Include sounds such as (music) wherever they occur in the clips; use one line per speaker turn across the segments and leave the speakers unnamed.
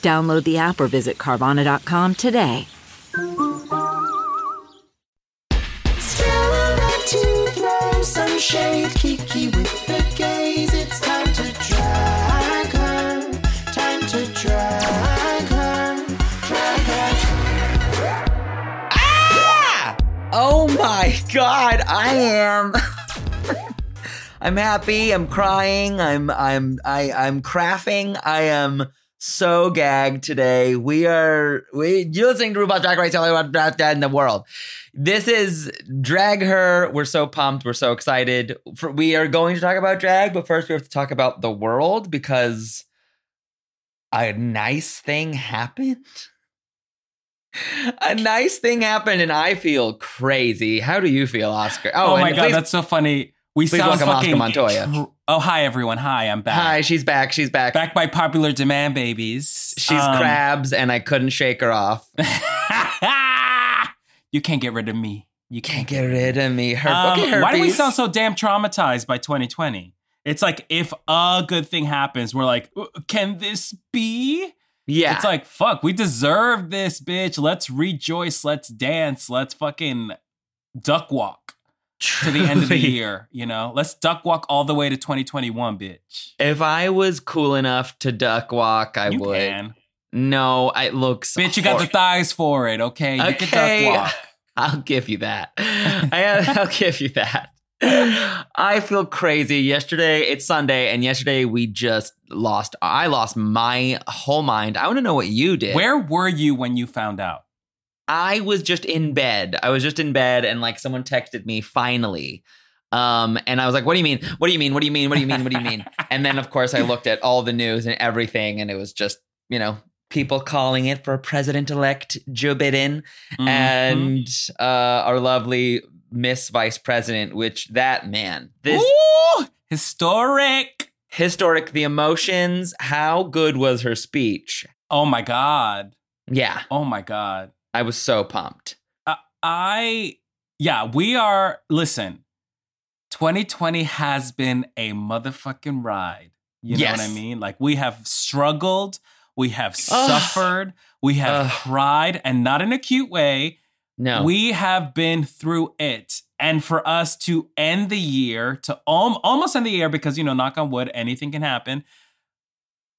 Download the app or visit Carvana.com today.
Scatter and to throw some shade. Kiki with the gaze. It's time to drag her. Time to drag her. Drag her.
Oh my god,
(laughs)
I am I'm happy, I'm crying, I'm I'm I I'm crafting. I am so gagged today. We are we you're listening to RuPaul's Drag Race all about that dad in the world. This is Drag Her. We're so pumped, we're so excited. For, we are going to talk about drag, but first we have to talk about the world because a nice thing happened. (laughs) A nice thing happened, and I feel crazy. How do you feel, Oscar?
Oh, my
and
god,
please-
that's so funny. We
please
sound
welcome Oscar
fucking.
Montoya.
tr- oh, hi everyone. Hi, I'm back.
hi. She's back. She's back.
Back by popular demand, babies.
She's
Um,
crabs, and I couldn't shake her
(laughs)
off.
you can't get rid of me. You
Can't get rid of me. Her.
Um,
okay, herpes.
why do we sound so damn traumatized by 2020? It's like if a good thing happens, we're like, "Uh, can this be?
Yeah.
It's like, fuck, we deserve this, bitch. Let's rejoice. Let's dance. Let's fucking duck walk to the
(laughs)
end of the
Truly.
year. You know, let's duck walk all the way to 2021, bitch.
If I was cool enough to duck walk, I
you
would.
can.
No, I- it looks.
Bitch, you got the
hor-
thighs for it, okay? You
Okay.
can duck walk.
I'll give you
(laughs)
that. I, I'll give you that. I feel crazy. Yesterday, it's Sunday, and yesterday we just lost. I lost my whole mind. I want to know what you did.
Where were you when you found out?
I was just in bed. I was just in bed and like someone texted me finally. Um, and I was like, what do you mean? What do you mean? What do you mean? What do you mean? What do you
(laughs)
mean? and then of course I looked at all the news and everything and it was just, you know, people calling it for president elect Joe Biden
Mm-hmm.
and uh our lovely Miss Vice President, which that man, this
Ooh, historic.
historic, the emotions, how good was her speech?
Oh my god.
Yeah,
Oh my god.
I was so pumped.
I yeah, we are listen. 2020 has been a motherfucking ride. You know what I
Yes.
mean? Like we have struggled, we have
Ugh.
suffered, we have
Ugh.
cried and not in a cute way.
No.
We have been through it. And for us to end the year, to al- almost end the year, because, you know, knock on wood, anything can happen,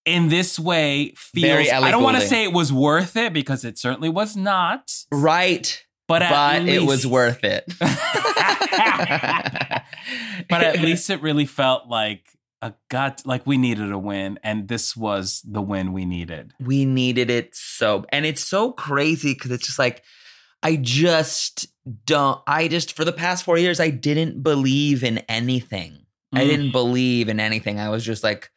in this way feels.
Very Ellie
I don't want to
Goulding.
say it was worth it because it certainly was not,
right.
but,
but
at least,
it was worth it.
(laughs)
(laughs)
but (laughs) at least it really felt like a gut, like we needed a win. And this was the win we needed.
we needed it so, and it's so crazy because it's just like I just don't. I just for the past four years, I didn't believe in anything.
Mm.
I didn't believe in anything. I was just like,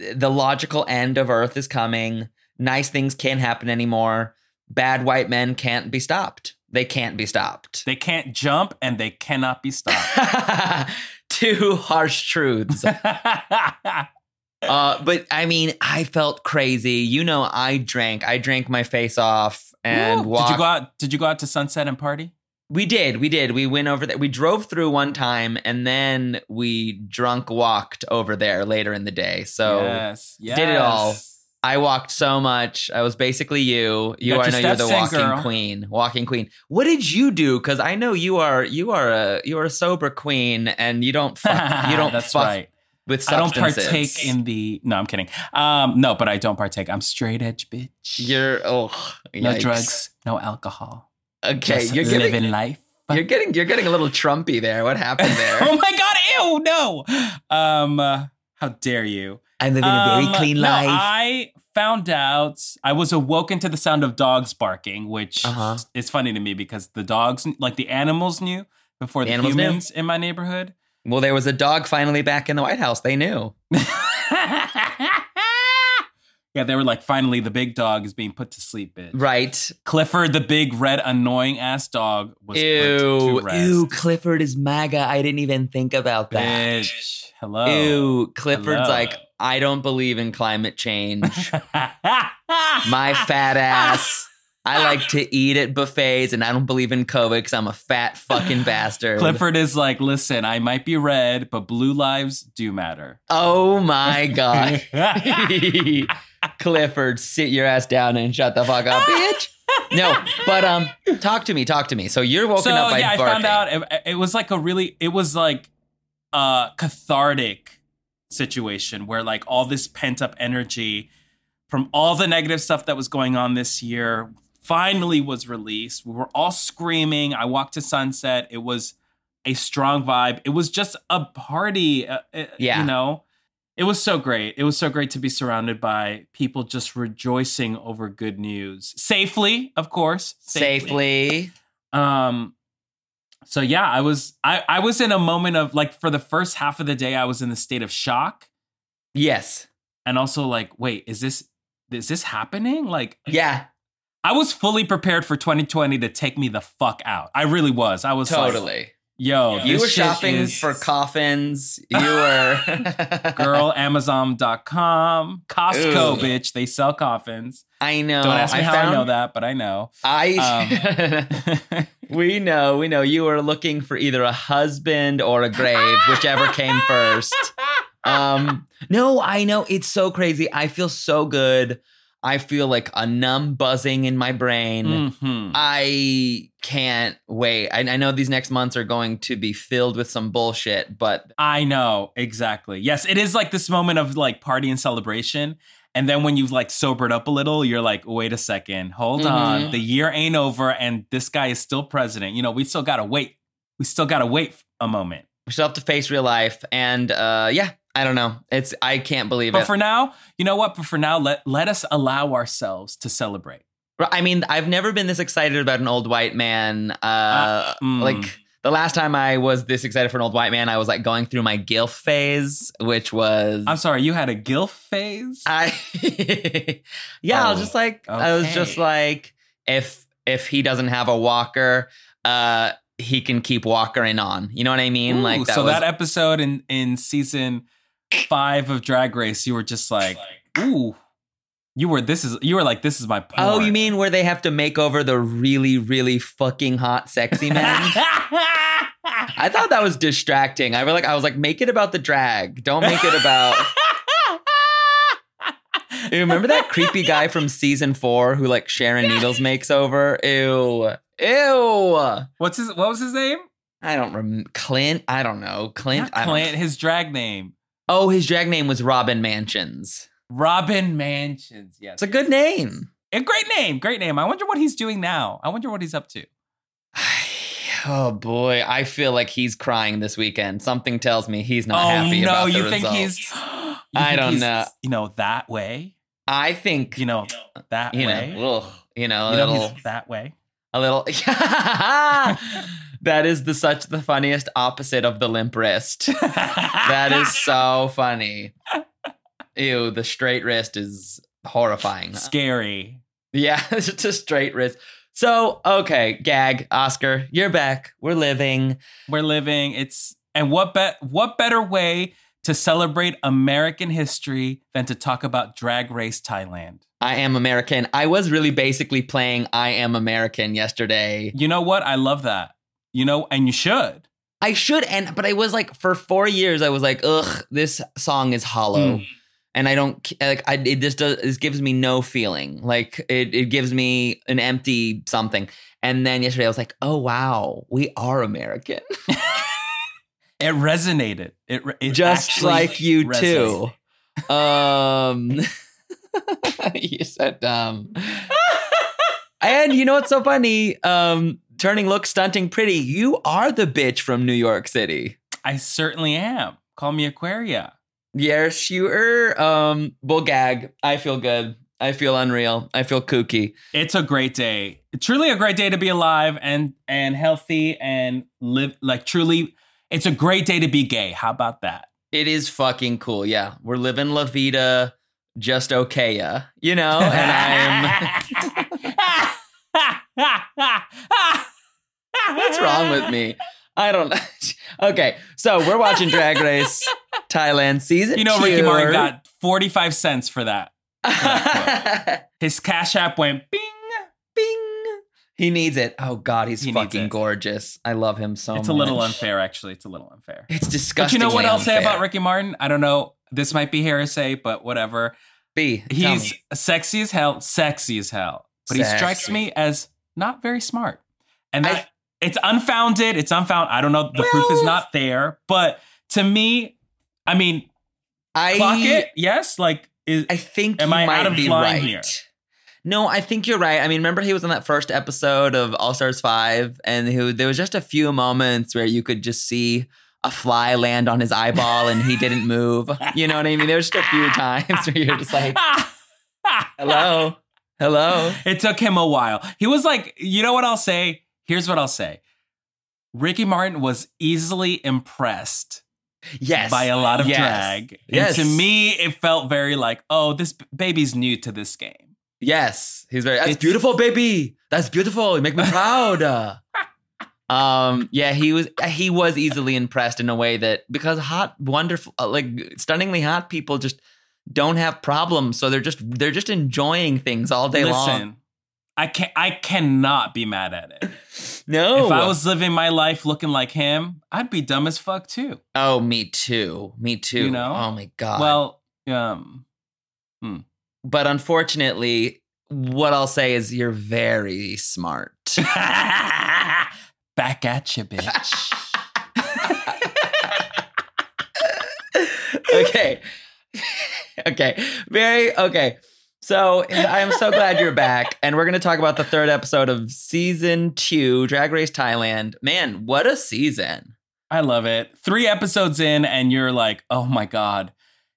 the logical end of Earth is coming. Nice things can't happen anymore. Bad white men can't be stopped. They can't be
(laughs)
stopped. (laughs)
They can't jump and they cannot be stopped. (laughs)
Two harsh truths. Uh, but I mean, I felt crazy. You know, I drank. I drank my face off (laughs) and
Ooh,
walked.
did you go out? Did you go out to sunset and party?
we did. We did. We went over there. We drove through one time and then we drunk walked over there later in the day. So
yes, yes.
did it all. I walked so much. I was basically you. You,
got
I
your
know you're the
steps in,
walking
girl.
queen. Walking queen. What did you do? Because I know you are you are a you are a sober queen and you don't
(laughs)
fuck, you don't
That's
fuck
right.
with
I don't
substances.
partake in the. No, I'm kidding. Um, no, but I don't partake. I'm straight edge, bitch.
You're oh
no
yikes.
drugs, no alcohol.
Okay,
Just
you're giving (laughs)
living life.
You're getting you're getting a little Trumpy there. What happened
(laughs)
there?
oh my god! Ew, no. Um, uh, how dare you?
I'm living
Um, no, I found out I was awoken to the sound of dogs barking, which
Uh-huh.
is funny to me because the dogs, like the animals, knew before
The
the,
animals knew.
humans in my neighborhood. (laughs)
well, there was a dog finally back in the White House. They knew.
Yeah, they were like, finally, the big dog is being put to sleep, bitch.
Right.
Clifford, the big red annoying ass dog, was put to
Ew.
rest.
Ew. Clifford is MAGA. I didn't even think about that.
bitch. Hello.
Ew. Clifford's
Hello.
like, I don't believe in climate
(laughs)
change. My fat ass. I like to eat at buffets and I don't believe in COVID because I'm a fat fucking bastard.
(laughs) Clifford is like, listen, I might be red, but blue lives do matter.
(laughs) Oh my
(laughs)
God. (laughs) Clifford, sit your ass down and shut the fuck up,
(laughs)
bitch. No, but um, talk to me, talk to me. So you're woken
so
up by
yeah, I
barking.
found out it, it was like a really, it was like a cathartic situation where like all this pent up energy from all the negative stuff that was going on this year finally was released. We were all screaming. I walked to sunset. It was a strong vibe. It was just a party. uh, uh,
Yeah.
You know, it was so great. It was so great to be surrounded by people just rejoicing over good news safely, of course.
safely.
Um so yeah, I was I I was in a moment of like for the first half of the day I was in the state of shock
Yes.
and also like wait, is this is this happening? Like
Yeah.
I was fully prepared for 2020 to take me the fuck out. I really was. I was like,
Totally.
yo,
You
this
were
shit
shopping
is-
for (laughs) coffins. You
(laughs)
were (laughs)
girl amazon.com, Costco
Ooh.
bitch, they sell coffins.
I know.
Don't ask me
Oh, I
how
found,
I know that, but I know.
I. Um, (laughs) we know. We know. You were looking for either a husband or a grave, whichever came first. Um. No, I know. It's so crazy. I feel so good. I feel like a numb buzzing in my brain.
Mhm.
I can't wait. I, I know these next months are going to be filled with some bullshit, but
I know, exactly. Yes, it is like this moment of like party and celebration. And then when you've like sobered up a little, you're like, wait a second, hold on.
Mhm.
The year ain't over and this guy is still president. You know, we still gotta wait. We still gotta wait a moment.
we still have to face real life. And uh, yeah, I don't know. It's I can't believe
But
it.
for now, you know what? But for now, let let us allow ourselves to celebrate.
I mean, I've never been this excited about an old white man. Uh,
mm.
Like the last time I was this excited for an old white man, I was like going through my gilf phase, which was
I'm sorry, you had a guilt phase?
I (laughs) yeah, I was
Oh,
just like I was just
okay.
like if if he doesn't have a walker, uh he can keep walkering on. You know what I mean?
Ooh,
like that
so
was
that episode in in season five of Drag Race, you were just like, ooh, you were this is you were like this is my porn.
Oh, you mean where they have to make over the really really fucking hot sexy
(laughs)
men? I thought that was distracting. I was like I was like make it about the drag. Don't make it about You remember that creepy guy from season 4 who like Sharon Needles makes over? Ew. Ew.
What's his what was his name?
I don't remember Clint. I don't know Clint.
Not
I don't know.
Clint, his drag name.
Oh, his drag name was Robin Mansions.
Robin Mansions. Yes.
It's a good name.
A great name. Great name. I wonder what he's doing now. I wonder what he's up to.
(sighs) Oh boy, I feel like he's crying this weekend. Something tells me he's not happy
Oh, no,
about the
you think
results.
he's (gasps) you
I
think
don't
he's,
know.
You know, that way.
I think
You know, that
you know,
way.
ugh, you know, a
you know,
little,
he's that way. (laughs)
a little. (laughs) that is the such the funniest opposite of the limp wrist. That
that
is
(laughs)
so funny. Ew, the straight wrist is horrifying.
scary.
Yeah, (laughs) it's just a straight wrist. So, okay, gag, Oscar, you're back. We're living.
We're living. It's and what bet what better way to celebrate American history than to talk about Drag Race Thailand?
I am American. I was really basically playing I am American yesterday.
You know what? I love that. You know, and you should.
I should and but I was like for 4 years I was like, "Ugh, this song is hollow." And I don't like I it just does this gives me no feeling. Like it it gives me an empty something. And then yesterday I was like, "Oh wow, we are American." (laughs)
It resonated. It, re- it
just
actually
like you
resonated.
too. (laughs) Um, you're so dumb. and you know what's so funny? Um, turning look, stunting pretty. You are the bitch from New York City.
I certainly am. Call me Aquaria.
Yes, you are. Um, bull gag. I feel good. I feel unreal. I feel kooky.
It's a great day. Truly a great day to be alive and and healthy and live like truly it's a great day to be gay. How about that?
It is fucking cool. Yeah, we're living La Vida. just okaya, you know? Oh, And
(laughs)
I'm what's wrong with me? I don't know. (laughs) okay, so we're watching Drag Race Thailand season.
You know, Ricky
two.
Martin got 45 cents for that. His Cash App went bing.
(laughs) Bing. He needs it. Oh God, he's
He needs
fucking
it.
gorgeous. I love him so much.
it's a little unfair, actually. It's a little unfair.
Oh, It's
But
disgusting.
you know what I'll say about
Rick
Ricky Martin? I don't know. This might be heresy, but whatever.
B? tell
He's
me.
sexy as hell, sexy as hell. But he strikes
Sexy.
me as not very smart. And
I-
that, it's unfounded. It's unfound. I don't know. The proof is
Well-
not there. But to me, I mean,
I
clock it. Yes. Like, is,
I think
Am
you
I out
might
of
be
line
right.
here?
No, I think you're right. I mean, remember he was on that first episode of All Stars Five, and who there was just a few moments where you could just see a fly land on his eyeball, and he
(laughs)
didn't move. You know what I mean? There was just a few times where you're just like, "Hello, hello."
It took him a while. He was like, you know what I'll say? Here's what I'll say. Ricky Martin was easily impressed
Yes,
by a lot of
Yes.
drag.
Yes.
And to me, it felt very like, oh, this b- baby's new to this game.
Yes, he's very. That's
It's-
beautiful, baby. That's beautiful. You make me proud.
(laughs)
Uh, um, yeah, he was. He was easily impressed in a way that because hot, wonderful, uh, like stunningly hot people just don't have problems, so they're just they're just enjoying things all day
Listen,
long.
I can I cannot be mad at it.
No,
If I was living my life looking like him, I'd be dumb as fuck too.
Oh, me too. Me too.
You know?
Oh my god.
Well, um, (laughs)
but unfortunately, what I'll say is you're very smart.
back at you, bitch.
okay. (laughs) okay. Very okay. So I am so glad you're back. And we're gonna talk about the third episode of season two, Drag Race Thailand. Man, what a season.
I love it. Three episodes in, and you're like, oh my God.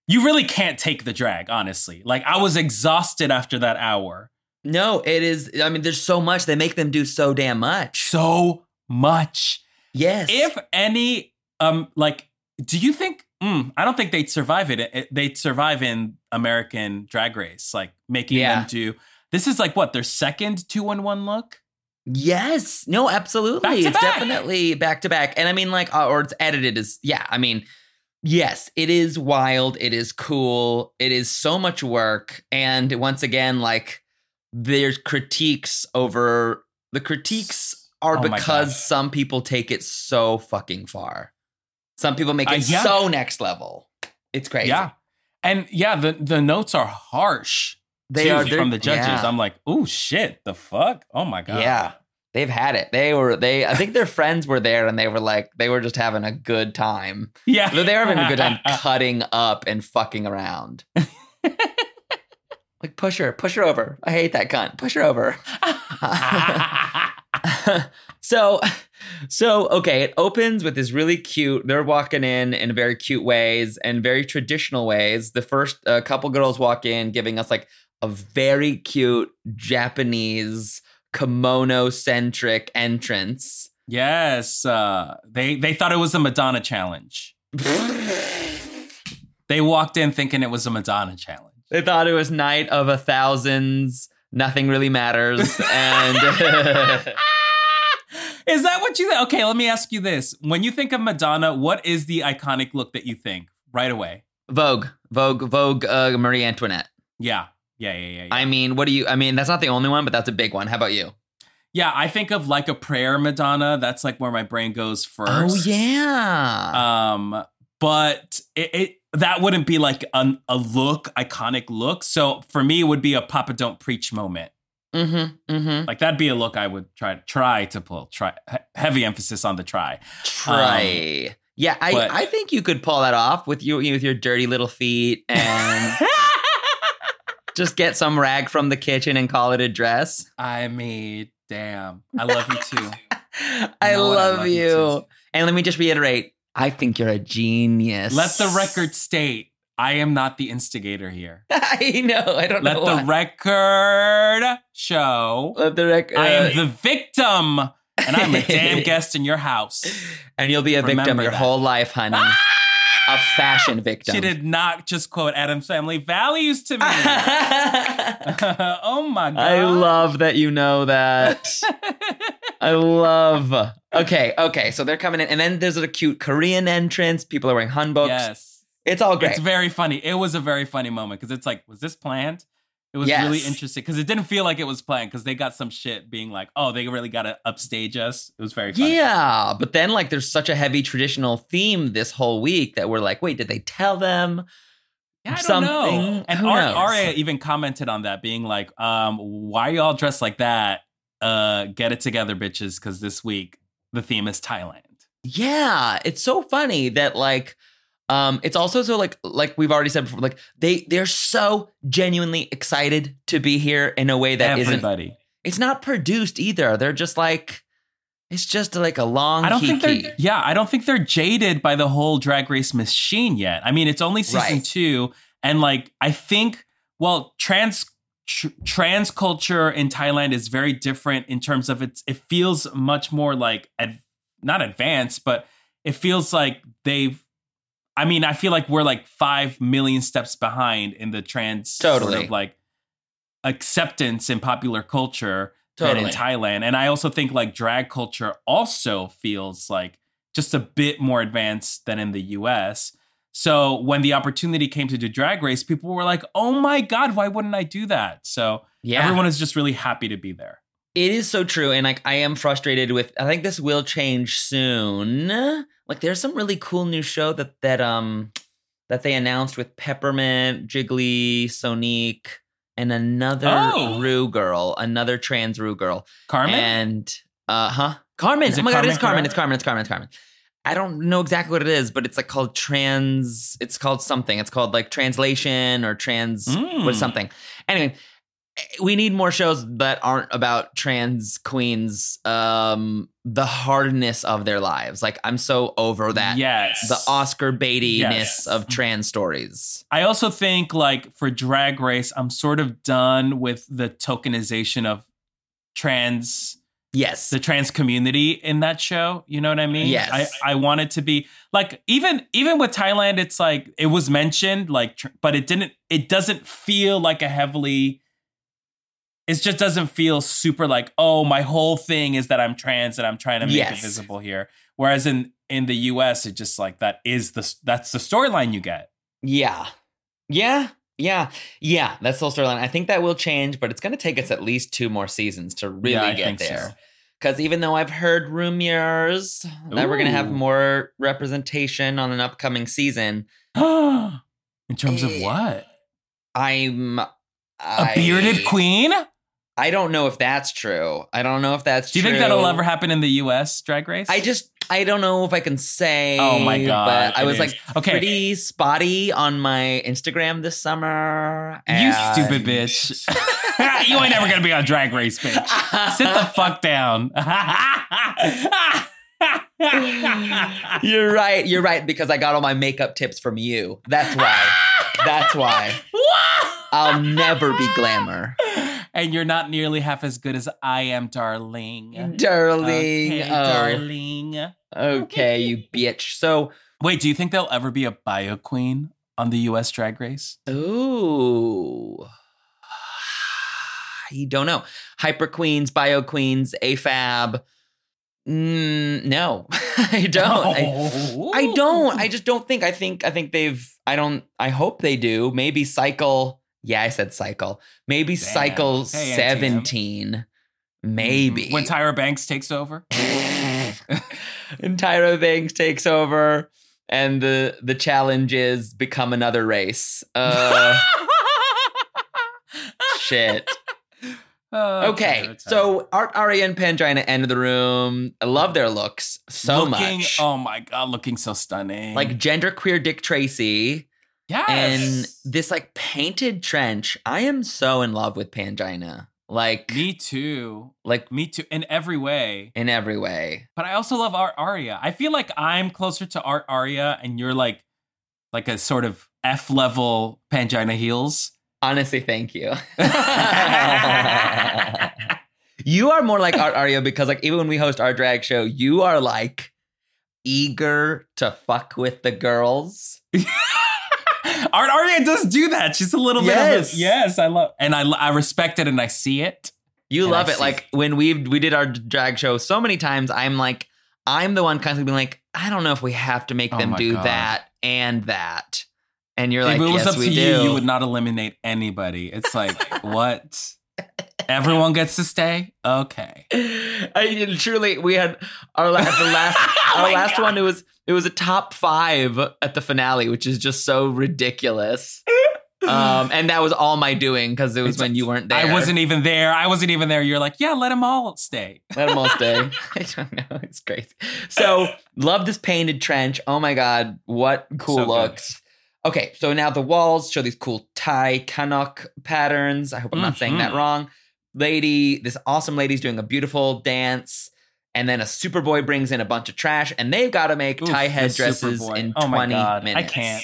You really can't take the drag, honestly. Like, I was exhausted after that hour.
No, it is. I mean, there's so much. They make them do so damn much.
So much.
Yes.
If any, um, like, do you think? Mm, I don't think they'd survive it. It- They'd survive in American Drag Race, like making
Yeah.
them do. This is like what their second two in one look.
Yes. No, absolutely.
Back to
it's
back.
definitely back to back. And I mean, like, uh, or it's edited as, yeah, I mean, yes, it is wild. It is cool. It is so much work. And once again, like, there's critiques over the critiques are
Oh my God.
because some people take it so fucking far. Some people make
Uh,
it
yeah.
so next level. It's crazy.
Yeah, and yeah, the the notes are harsh.
They
too,
are they're-
from the judges.
yeah.
I'm like, oh shit, the fuck, oh my god,
Yeah. They've had it. They were they I think their friends were there and they were like they were just having a good time.
yeah.
They were having a good
(laughs)
time cutting up and fucking around. like push her, push her over. I hate that cunt. Push her over. so so okay, it opens with this really cute. They're walking in in very cute ways and very traditional ways. The first uh, couple girls walk in giving us like a very cute Japanese kimono centric entrance.
(laughs) Yes, uh, they they thought it was a Madonna challenge. they walked in thinking it was a Madonna challenge.
They thought it was night of a thousands. Nothing really matters. (laughs) And
Is that what you? Okay, let me ask you this: When you think of Madonna, what is the iconic look that you think right away?
Vogue, Vogue, Vogue, uh, Marie Antoinette.
Yeah, yeah, yeah, yeah. Yeah.
I mean, what do you? I mean, that's not the only one, but that's a big one. How about you?
yeah, I think of like a prayer Madonna. That's like where my brain goes first.
Oh yeah,
Um, but it, it that wouldn't be like an, a look, iconic look. So for me, it would be a Papa Don't Preach moment.
mm-hmm, mm-hmm.
Like that'd be a look I would try try to pull. Try he- heavy emphasis on the try.
Try. yeah, I,
but-
I think you could pull that off with you with your dirty little feet
(laughs)
and just get some rag from the kitchen and call it a dress.
I mean, damn, I love you too.
I love,
know what I love
you.
you too.
And let me just reiterate, I think you're a genius.
(laughs) Let the record state I am not the instigator (laughs) here.
(laughs) I know. I don't
Let
know. why.
the record show
Let the uh, record.
I am the victim, (laughs) and I'm a damn guest in your house.
and you'll be a victim
Remember
your
that.
whole life, honey. a fashion victim. (laughs)
(laughs) She did not just quote Adam's family values to (laughs) me. (laughs) oh my god.
I love that you know
(laughs)
that. I love. Okay, okay. So they're coming in, and then there's a cute Korean entrance. People are wearing hanboks.
Yes.
It's all great.
It's very funny. It was a very funny moment because it's like, was this planned? It was
Yes.
really interesting because it didn't feel like it was planned because they got some shit being like, oh, they really got to upstage us. It was very funny.
yeah, but then like there's such a heavy traditional theme this whole week that we're like, wait, did they tell them?
Yeah, I don't
Something-
know. And
who
Ar-
knows?
Aria even commented on that, being like, um, why are y'all dressed like that? Uh, get it together, bitches, because this week the theme is Thailand.
Yeah, it's so funny that like um it's also so like like we've already said before like they they're so genuinely excited to be here in a way that not
Everybody.
it's not produced either. They're just like it's just like a long
I don't think
kiki.
they're yeah, I don't think they're jaded by the whole drag race machine yet. I mean, it's only season
Right.
2 and like I think well, trans tr- trans culture in Thailand is very different in terms of it's it feels much more like ad, not advanced, but it feels like they've I mean, I feel like we're like 5 million steps behind in the trans sort
Totally.
of like acceptance in popular culture than
Totally.
in Thailand. And I also think like drag culture also feels like just a bit more advanced than in the US. So when the opportunity came to do drag race, people were like, oh my God, why wouldn't I do that? So
yeah.
everyone is just really happy to be there.
It is so true. And like, I am frustrated with, I think this will change soon. Like, there's some really cool new show that, that, um, that they announced with Peppermint, Jiggly, Sonique, and another
Oh.
Rue girl, another trans Rue girl.
Carmen?
And, uh huh. Carmen.
Is
oh
it
my God, it's Carmen.
Carmen
It's Carmen. It's Carmen. It's Carmen. I don't know exactly what it is, but it's like called trans, it's called something. It's called like translation or trans
Mm.
with something. Anyway, eh, we need more shows that aren't about trans queens, um, the hardness of their lives. Like I'm so over that.
Yes.
The Oscar baitiness
Yes.
of trans stories.
I also think like for drag race, I'm sort of done with the tokenization of trans
Yes.
the trans community in that show. You know what I mean?
Yes.
I, I want it to be like even even with Thailand, it's like it was mentioned, like, tr- but it didn't. It doesn't feel like a heavily. It just doesn't feel super like oh my whole thing is that I'm trans and I'm trying to make
Yes.
it visible here. Whereas in in the U.S., it just like that is the that's the storyline you get.
Yeah. Yeah. Yeah. Yeah. That's the whole storyline. I think that will change, but it's going to take us at least two more seasons to really
Yeah, I
get
think so.
there. Because even though I've heard rumors that we're going to have
Ooh.
more representation on an upcoming season,
(gasps) in terms of
Eh,
what
I'm.
a bearded queen?
I don't know if that's true. I don't know if that's
Do you
true.
think that'll ever happen in the U.S. Drag Race?
I just I don't know if I can say.
Oh my God,
But I
it
was
is.
like
Okay.
pretty spotty on my Instagram this summer.
You
and-
stupid bitch.
(laughs)
(laughs) you ain't ever gonna be on drag race, bitch. Sit the fuck down. (laughs)
You're right. You're right because I got all my makeup tips from you. That's
(laughs)
why. That's why. I'll never be glamour,
and you're not nearly half as good as I am, darling.
darling.
Okay,
oh,
darling.
okay, you bitch. So,
Wait, do you think there'll ever be a bio queen on the US drag race?
ooh, you don't know. Hyper queens, bio queens, AFAB. Mm, no, (laughs) I don't.
(laughs)
I- I don't. I just don't think. I think. I think they've. I don't. I hope they do. Maybe cycle. Yeah, I said cycle. Maybe
Damn.
cycle
Hey, NTM.
seventeen. Maybe (laughs)
When Tyra Banks takes over?
and Tyra Banks takes over, and the the challenge is become another
(laughs)
race. Uh, shit.
Oh,
Okay,
Tyra, Tyra.
so Art Aria and Pangina end of the room. I love their looks so
looking,
much.
Oh my god, looking so stunning.
like genderqueer Dick Tracy. and
yes.
this like painted trench. I am so in love with Pangina. Like
me too.
like
Me too, in every way.
in every way.
But I also love Art Aria. I feel like I'm closer to Art Aria, and you're like, like a sort of F level Pangina heels. (laughs)
Honestly, thank you. (laughs) you are more like Art Aria because like even when we host our drag show, you are like eager to fuck with the girls.
Art Aria does do that. She's a little
Yes.
bit of a, yes, I love and I lo- I respect it and I see it.
You
And
love
I
it.
see-
Like when we we did our drag show so many times, I'm like, I'm the one constantly being like, I don't know if we have to make
Oh
them
my
do
God.
that and that. And you're like,
if it was
yes,
up
we
to
do.
you, you would not eliminate anybody. It's like what? Everyone gets to stay. Okay.
(laughs) I truly, we had our last, the last,
(laughs) Oh
our
my
last
God.
one. It was it was a top five at the finale, which is just so
(laughs)
ridiculous. um, and that was all my doing because it was
It's-
when you weren't there.
I wasn't even there. I wasn't even there. You're like, yeah, let them all stay.
Let them all stay.
(laughs)
(laughs) I don't know. It's crazy. So love this painted trench. Oh my god, what cool
So good.
looks. Okay, so now the walls show these cool Thai Kanak patterns. I hope I'm not saying that
Mhm.
wrong. Lady, this awesome lady's doing a beautiful dance. And then a Superboy brings in a bunch of trash, and they've got to make
Oof,
Thai
the
headdresses
Superboy.
in
Oh my
20
God, I
minutes.
can't.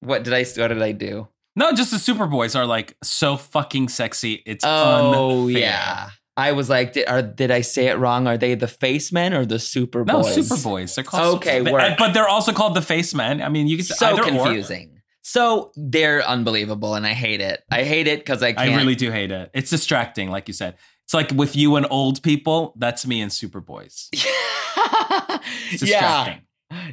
What did I? What did I do?
No, just the Superboys are like so fucking sexy. It's
Oh
unfair.
yeah, I was like, did, are, did I say it wrong? Are they the face men or the Superboys?
No, Superboys. They're called
Okay,
Superboys.
work.
but they're also called the Face Men. I mean, you can
so
either or.
confusing. So they're unbelievable, and I hate it. I hate it because I can't. (laughs)
I really do hate it. It's distracting, like you said. It's like with you and old people. That's me
(laughs)
and Superboys. It's
yeah,
distracting.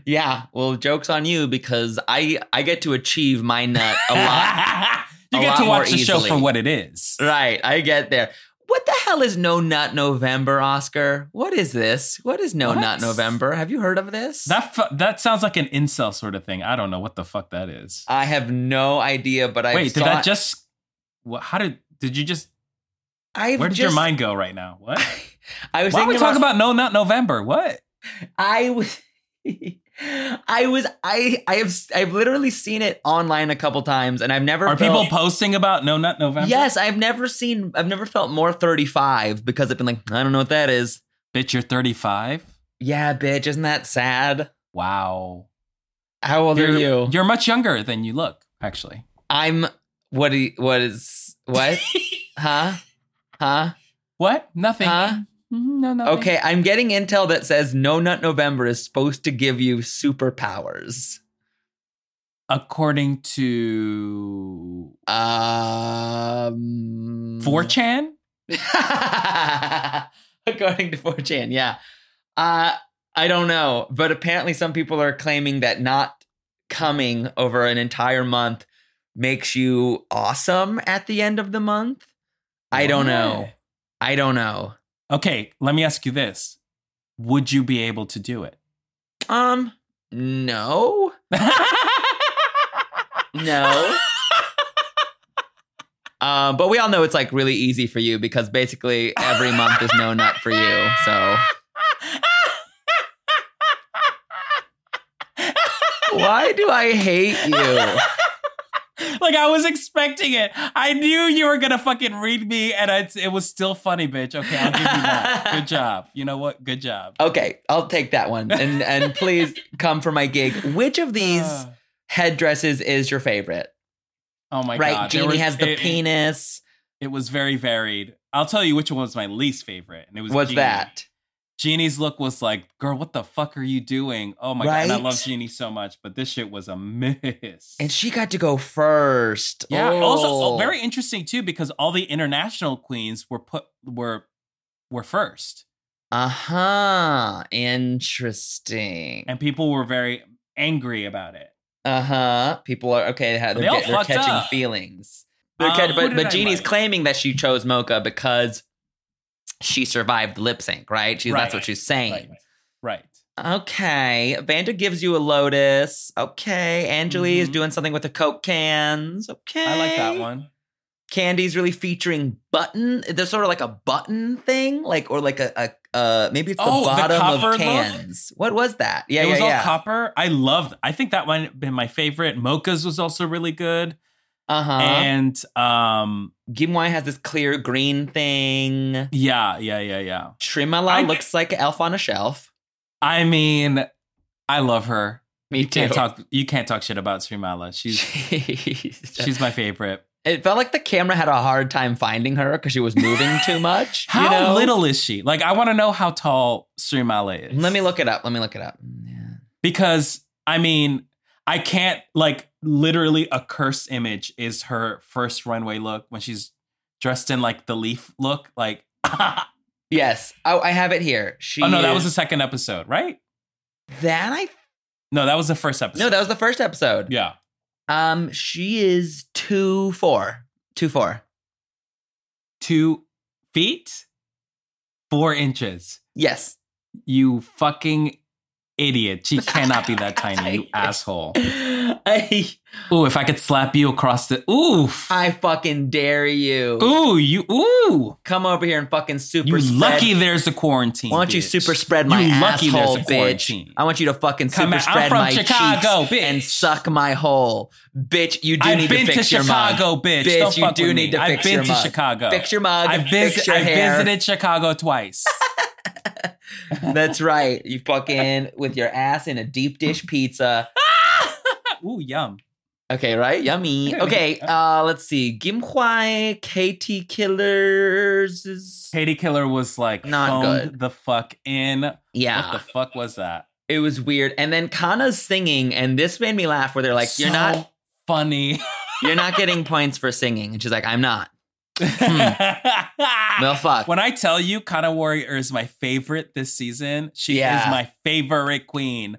yeah. Well, jokes on you because I I get to achieve my nut a
(laughs)
lot.
you
a
get
lot
to
more
watch the show
easily.
for what it is.
right, I get there. What the hell is No Nut November, Oscar? What is this? What is No
What?
Nut November? Have you heard of this?
That fu- that sounds like an incel sort of thing. I don't know what the fuck that is.
I have no idea, but I
Wait,
saw
did that
it-
just? What, how did did you just?
I've
Where did your
just-
mind go right now?
(laughs)
What?
I was
Why are we
thinking
talking about no, not November? What?
I was (laughs) I was I I have s- I've literally seen it online a couple times and I've never
Are people
felt-
posting about no, not November?
Yes, I've never seen I've never felt more 35 because I've been like, I don't know what that is.
bitch, you're 35.
Yeah, bitch, isn't that sad?
Wow,
How old
you're,
are you?
you're much younger than you look. Actually,
I'm what do you, what is
(laughs)
what? huh? Huh?
what? Nothing.
Huh?
Mm, No, nothing.
Okay, I'm getting intel that says No Nut November is supposed to give you superpowers.
According to
Um
4chan,
(laughs) According to 4chan, yeah. Uh, I don't know, but apparently some people are claiming that not coming over an entire month makes you awesome at the end of the month. I don't know. I don't know.
Okay, let me ask you this: Would you be able to do it?
Um, no, no. Uh, but we all know it's like really easy for you because basically every month is no nut for you. So why do I hate you?
like I was expecting it. I knew you were gonna fucking read me, and I, it was still funny, bitch. Okay, I'll give you that.
(laughs)
Good job. You know what? Good job.
Okay, I'll take that one. And and please come for my gig. Which of these
Uh,
headdresses is your favorite?
oh my
right,
god! There
Jeannie
was-
has the
it-
penis.
It, was very varied. I'll tell you which one was my least favorite, and it was
What's
Jeannie.
that?
Jeannie's look was like, "Girl, what the fuck are you doing?" Oh my god! And I
Right?
love Jeannie so much, but this shit was a miss.
And she got to go first.
Yeah. Also,
Oh.
oh, very interesting too, because all the international queens were put were were first,
Uh-huh. Interesting.
and people were very angry about it.
Uh-huh. People are okay, they're,
They all
get- they're
fucked
catching
up.
feelings. They're
Um,
catch-
who
but
did
but
I
Jeannie's
like?
claiming that she chose Mocha because she survived lip sync, right? She's that's
Right.
what she's saying.
Right. Right.
Okay. Vanda gives you a lotus. Okay. Angelique is
Mhm.
doing something with the Coke cans. Okay.
I like that one.
Candy's really featuring button. There's sort of like a button thing, like or like a, a uh maybe it's the
Oh, the
bottom
copper
of
look?
cans. What was that? Yeah,
it
yeah,
was all
yeah.
copper. I loved. I think that one been my favorite. Mocha's was also really good,
uh-huh.
and um,
Gimwai has this clear green thing.
yeah, yeah, yeah, yeah.
Trimala
I-
looks like an elf on a shelf.
I mean, I love her.
Me
You
(laughs)
can't talk. You can't talk shit about Srimala. She's
She's,
she's my favorite.
it felt like the camera had a hard time finding her because she was moving
(laughs)
too much. you
How
know?
little is she? Like, I want to know how tall Srimala is.
Let me look it up. Let me look it up. Yeah.
because I mean, I can't like literally a cursed image is her first runway look when she's dressed in like the leaf look. Like, (laughs) oh
Yes. Oh, I have it here. She.
no, that
is-
was the second episode, right?
that I
No, that was the first episode.
no, that was the first episode.
yeah.
Um, she is two four, two four.
Two feet, four inches.
Yes. (laughs)
You fucking idiot. She cannot
(laughs)
be that tiny, you asshole.
I
Ooh, if I could slap you across the oof.
I fucking dare you.
Ooh, you ooh.
Come over here and fucking super.
You
spread-
lucky there's a quarantine.
Why don't you
bitch.
super spread my
you lucky
asshole,
there's a
bitch?
quarantine.
I want you to fucking
Come
super
at- I'm
spread
from
my
Chicago,
cheeks
bitch.
and suck my hole, bitch. You do
I've
need
been
to
to,
fix your mug.
Chicago, bitch.
Bitch,
Don't
you
fuck
do
with
need
me.
to
I've
fix
been
your
to
mug.
Chicago.
Fix your mug.
I,
fix
vis-
your
I
hair.
visited Chicago twice.
(laughs) That's right. You fucking with your ass in a deep dish pizza.
ooh, yum.
Okay, right? Yummy. Okay, uh, let's see. Gim Hwai, KT Killers. is-
Katie Killer was like
Not
phoned
good.
the fuck in. What
Yeah,
the fuck was that?
it was weird. And then Kana's singing, and this made me laugh. Where they're like, "You're
So (laughs)
not,
funny.
you're not getting points for singing," and she's like, "I'm not."
Hmm. (laughs)
Well, fuck.
Ah. When I tell you Kana Warrior is my favorite this season, she
Yeah.
is my favorite queen.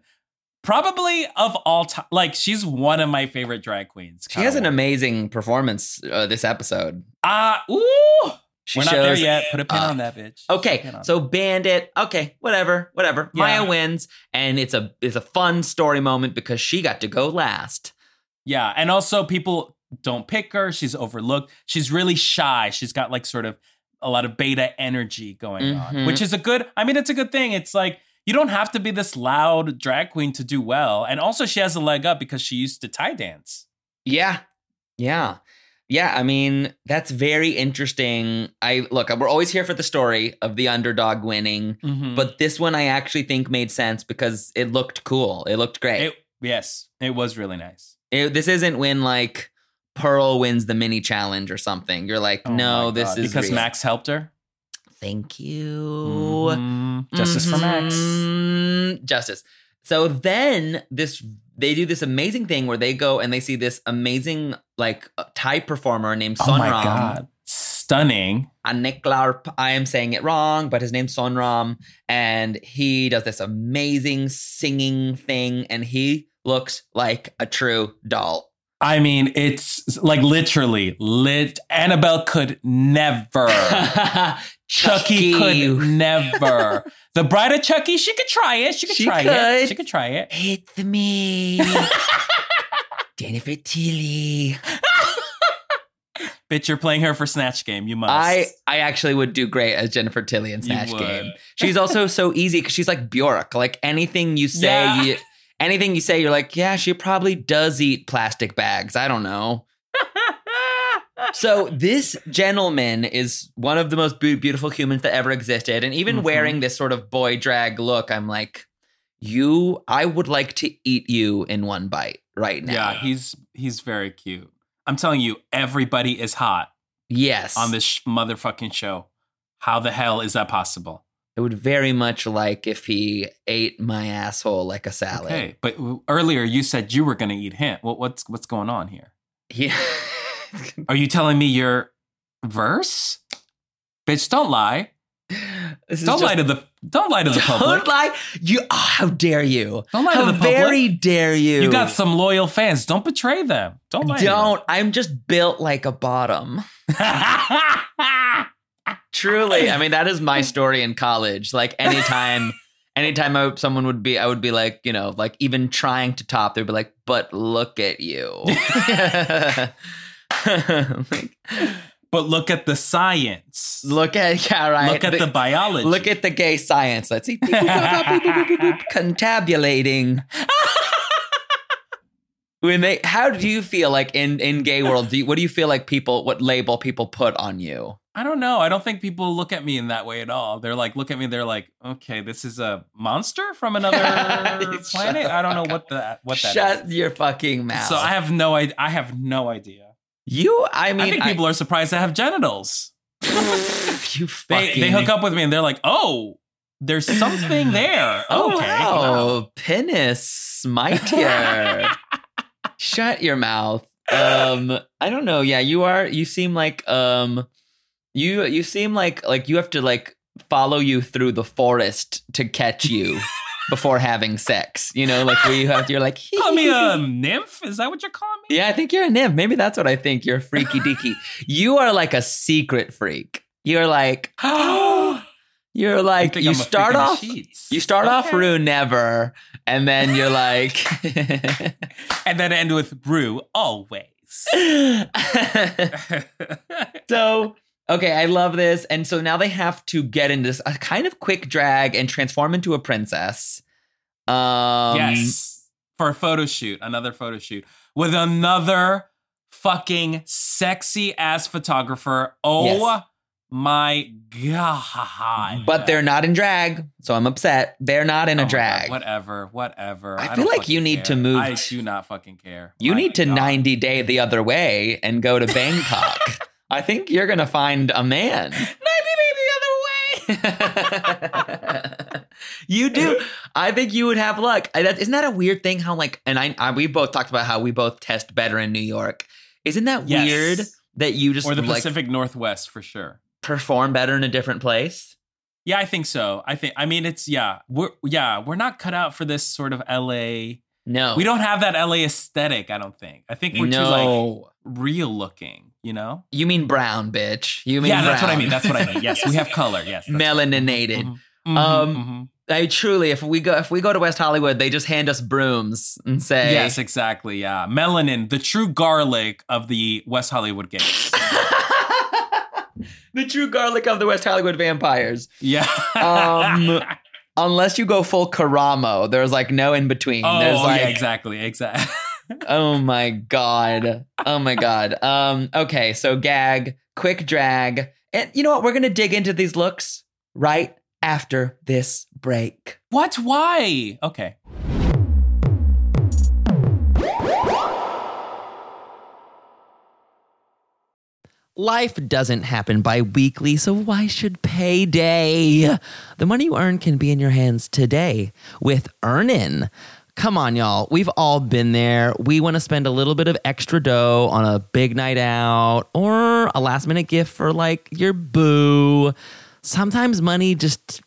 Probably of all time. Like, she's one of my favorite drag queens.
She has an
amazing.
amazing performance uh, this episode.
Ah, ooh.
She
We're not there
shows
yet. Put a pin
up. Oh.
on that bitch. Put a
Okay,
pin on
so Bandit. Okay, whatever, whatever.
Yeah.
Maya wins, and it's a it's a fun story moment because she got to go last.
Yeah, and also people don't pick her. She's overlooked. She's really shy. She's got like sort of a lot of beta energy going
Mhm.
on, which is a good. I mean, it's a good thing. It's like you don't have to be this loud drag queen to do well. And also, she has a leg up because she used to tie dance.
Yeah, yeah, yeah. I mean, that's very interesting. I look, we're always here for the story of the underdog winning,
But
but this one I actually think made sense because it looked cool. It looked great.
it, yes, it was really nice.
It- this isn't when like Pearl wins the mini challenge or something. You're like,
Oh
no,
my
this
God,
is
because
real.
Max helped her.
Thank you.
Mhm. Justice for Max.
Mhm. Justice. So then this they do this amazing thing where they go and they see this amazing like uh, Thai performer named
Oh my
Sonram
god, stunning.
Aneklarp. I am saying it wrong, but his name's Sonram, and he does this amazing singing thing, and he looks like a true doll.
I mean, it's like literally lit. Annabelle could
(laughs)
never. Chucky could never. the bride of Chucky, she could try it. She could
She
try
could.
it. She could try it.
It's me, Jennifer Tilly.
Bitch, you're playing her for Snatch Game. You must.
I I actually would do great as Jennifer Tilly in
You
Snatch
would.
Game. She's also so easy because she's like Bjork. Like anything you say,
Yeah.
you, anything you say, you're like, yeah, she probably does eat plastic bags. I don't
(laughs)
know. so this gentleman is one of the most be- beautiful humans that ever existed, and even
Mhm.
wearing this sort of boy drag look, I'm like, you. I would like to eat you in one bite right now.
Yeah, he's he's very cute. I'm telling you, everybody is hot
Yes.
on this sh- motherfucking show. How the hell is that possible?
I would very much like if he ate my asshole like a salad.
Okay, but w- earlier you said you were going to eat him. What, what's what's going on here?
Yeah.
Are you telling me your verse? Bitch, don't lie.
(laughs) This is
Don't
just-
lie to the don't lie to the public.
(laughs) Don't lie. You. Oh, how dare you?
Don't lie to
how
the public.
very dare you?
You got some loyal fans. Don't betray them. Don't lie. to them.
Don't. I'm just built like a bottom.
(laughs)
Truly. I mean, that is my story in college. Like anytime, anytime I, someone would be, I would be like, you know, like even trying to top, they'd be like, "But look at
(laughs)
you." (laughs) Like,
(laughs) but look at the science.
look at yeah, right.
Look at the, biology.
Look at the gay science. Let's see. Beep, boop, boop, boop, boop, boop, boop, boop. Contabulating. (laughs) When they, how do you feel like in in gay world? Do you, what do you feel like people? What label people put on you?
I don't know. I don't think people look at me in that way at all. They're like, look at me. They're like, okay, this is a monster from
(laughs)
another
Shut
planet.
the
I don't know what the what that
Shut your fucking
is.
mouth.
So I have no idea. I have no idea.
you, I
I,
mean,
think people are surprised I have genitals.
(laughs) you
They
fucking.
they hook up with me and they're like, oh, there's something there. Okay.
(laughs) Oh, wow. Penis
(laughs)
mitier. Shut your mouth. Um, I don't know. Yeah, you are. You seem like um, you you seem like like you have to like follow you through the forest to catch you before having sex. You know, like where you have you're like (laughs)
Call me a nymph? Is that what you're calling me?
Yeah, I think you're a nymph. Maybe that's what I think. You're a freaky deaky. you are like a secret freak. You're like,
(gasps)
oh, you're
I
like,
think
you
I'm a
start
freak in the
off,
sheets.
you start off
Okay.
Rue never, and then you're
(laughs)
like, (laughs)
and then end with brew always. (laughs)
so okay, I love this. And so now they have to get into this a kind of quick drag and transform into a princess. Um,
yes. For a photo shoot, another photo shoot with another fucking sexy ass photographer. Oh
Yes.
my God.
but they're not in drag, so I'm upset. They're not in a
Oh my God,
drag.
whatever, whatever.
I
don't
feel like
fucking
you need to
care.
move
I
t-
do not fucking care.
You
My
need to
God.
90 day the other way and
(laughs)
go to Bangkok. I think you're going to find a man. 90 day the other way. (laughs) you do. I think you would have luck. I, that, isn't that a weird thing how, like, and I, I we both talked about how we both test better in New York. Isn't that
Yes.
weird that you just
or the
like
Pacific Northwest for sure.
perform better in a different place?
Yeah, I think so. I think I mean it's yeah. We're yeah, we're not cut out for this sort of LA.
No.
We don't have that LA aesthetic, I don't think. I think we're too like
No.
real looking, you know?
you mean brown, bitch. You mean
yeah, that's what I
brown.
mean. That's what I
(laughs)
mean. Yes, we have color. Yes. that's-
Melaninated.
Mhm. Mhm,
Um,
mhm.
I truly, if we go if we go to West Hollywood, they just hand us brooms and say,
Yes, exactly. Yeah. Melanin, the true garlic of the West Hollywood gates.
"The true garlic of the West Hollywood vampires."
(laughs) Yeah. (laughs)
Um, Unless you go full Karamo, there's like no in between.
oh,
there's like,
yeah, exactly. Exactly.
oh my god, oh my god. Um, okay, so gag, quick drag, and you know what? We're gonna dig into these looks right after this break.
(laughs) what? Why? Okay.
Life doesn't happen bi weekly, so why should payday? The money you earn can be in your hands today with Earnin. Come on, y'all. We've all been there. We want to spend a little bit of extra dough on a big night out or a last minute gift for like your boo. Sometimes money just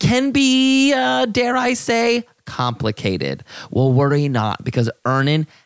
can be, uh, dare I say, complicated. Well, worry not because earning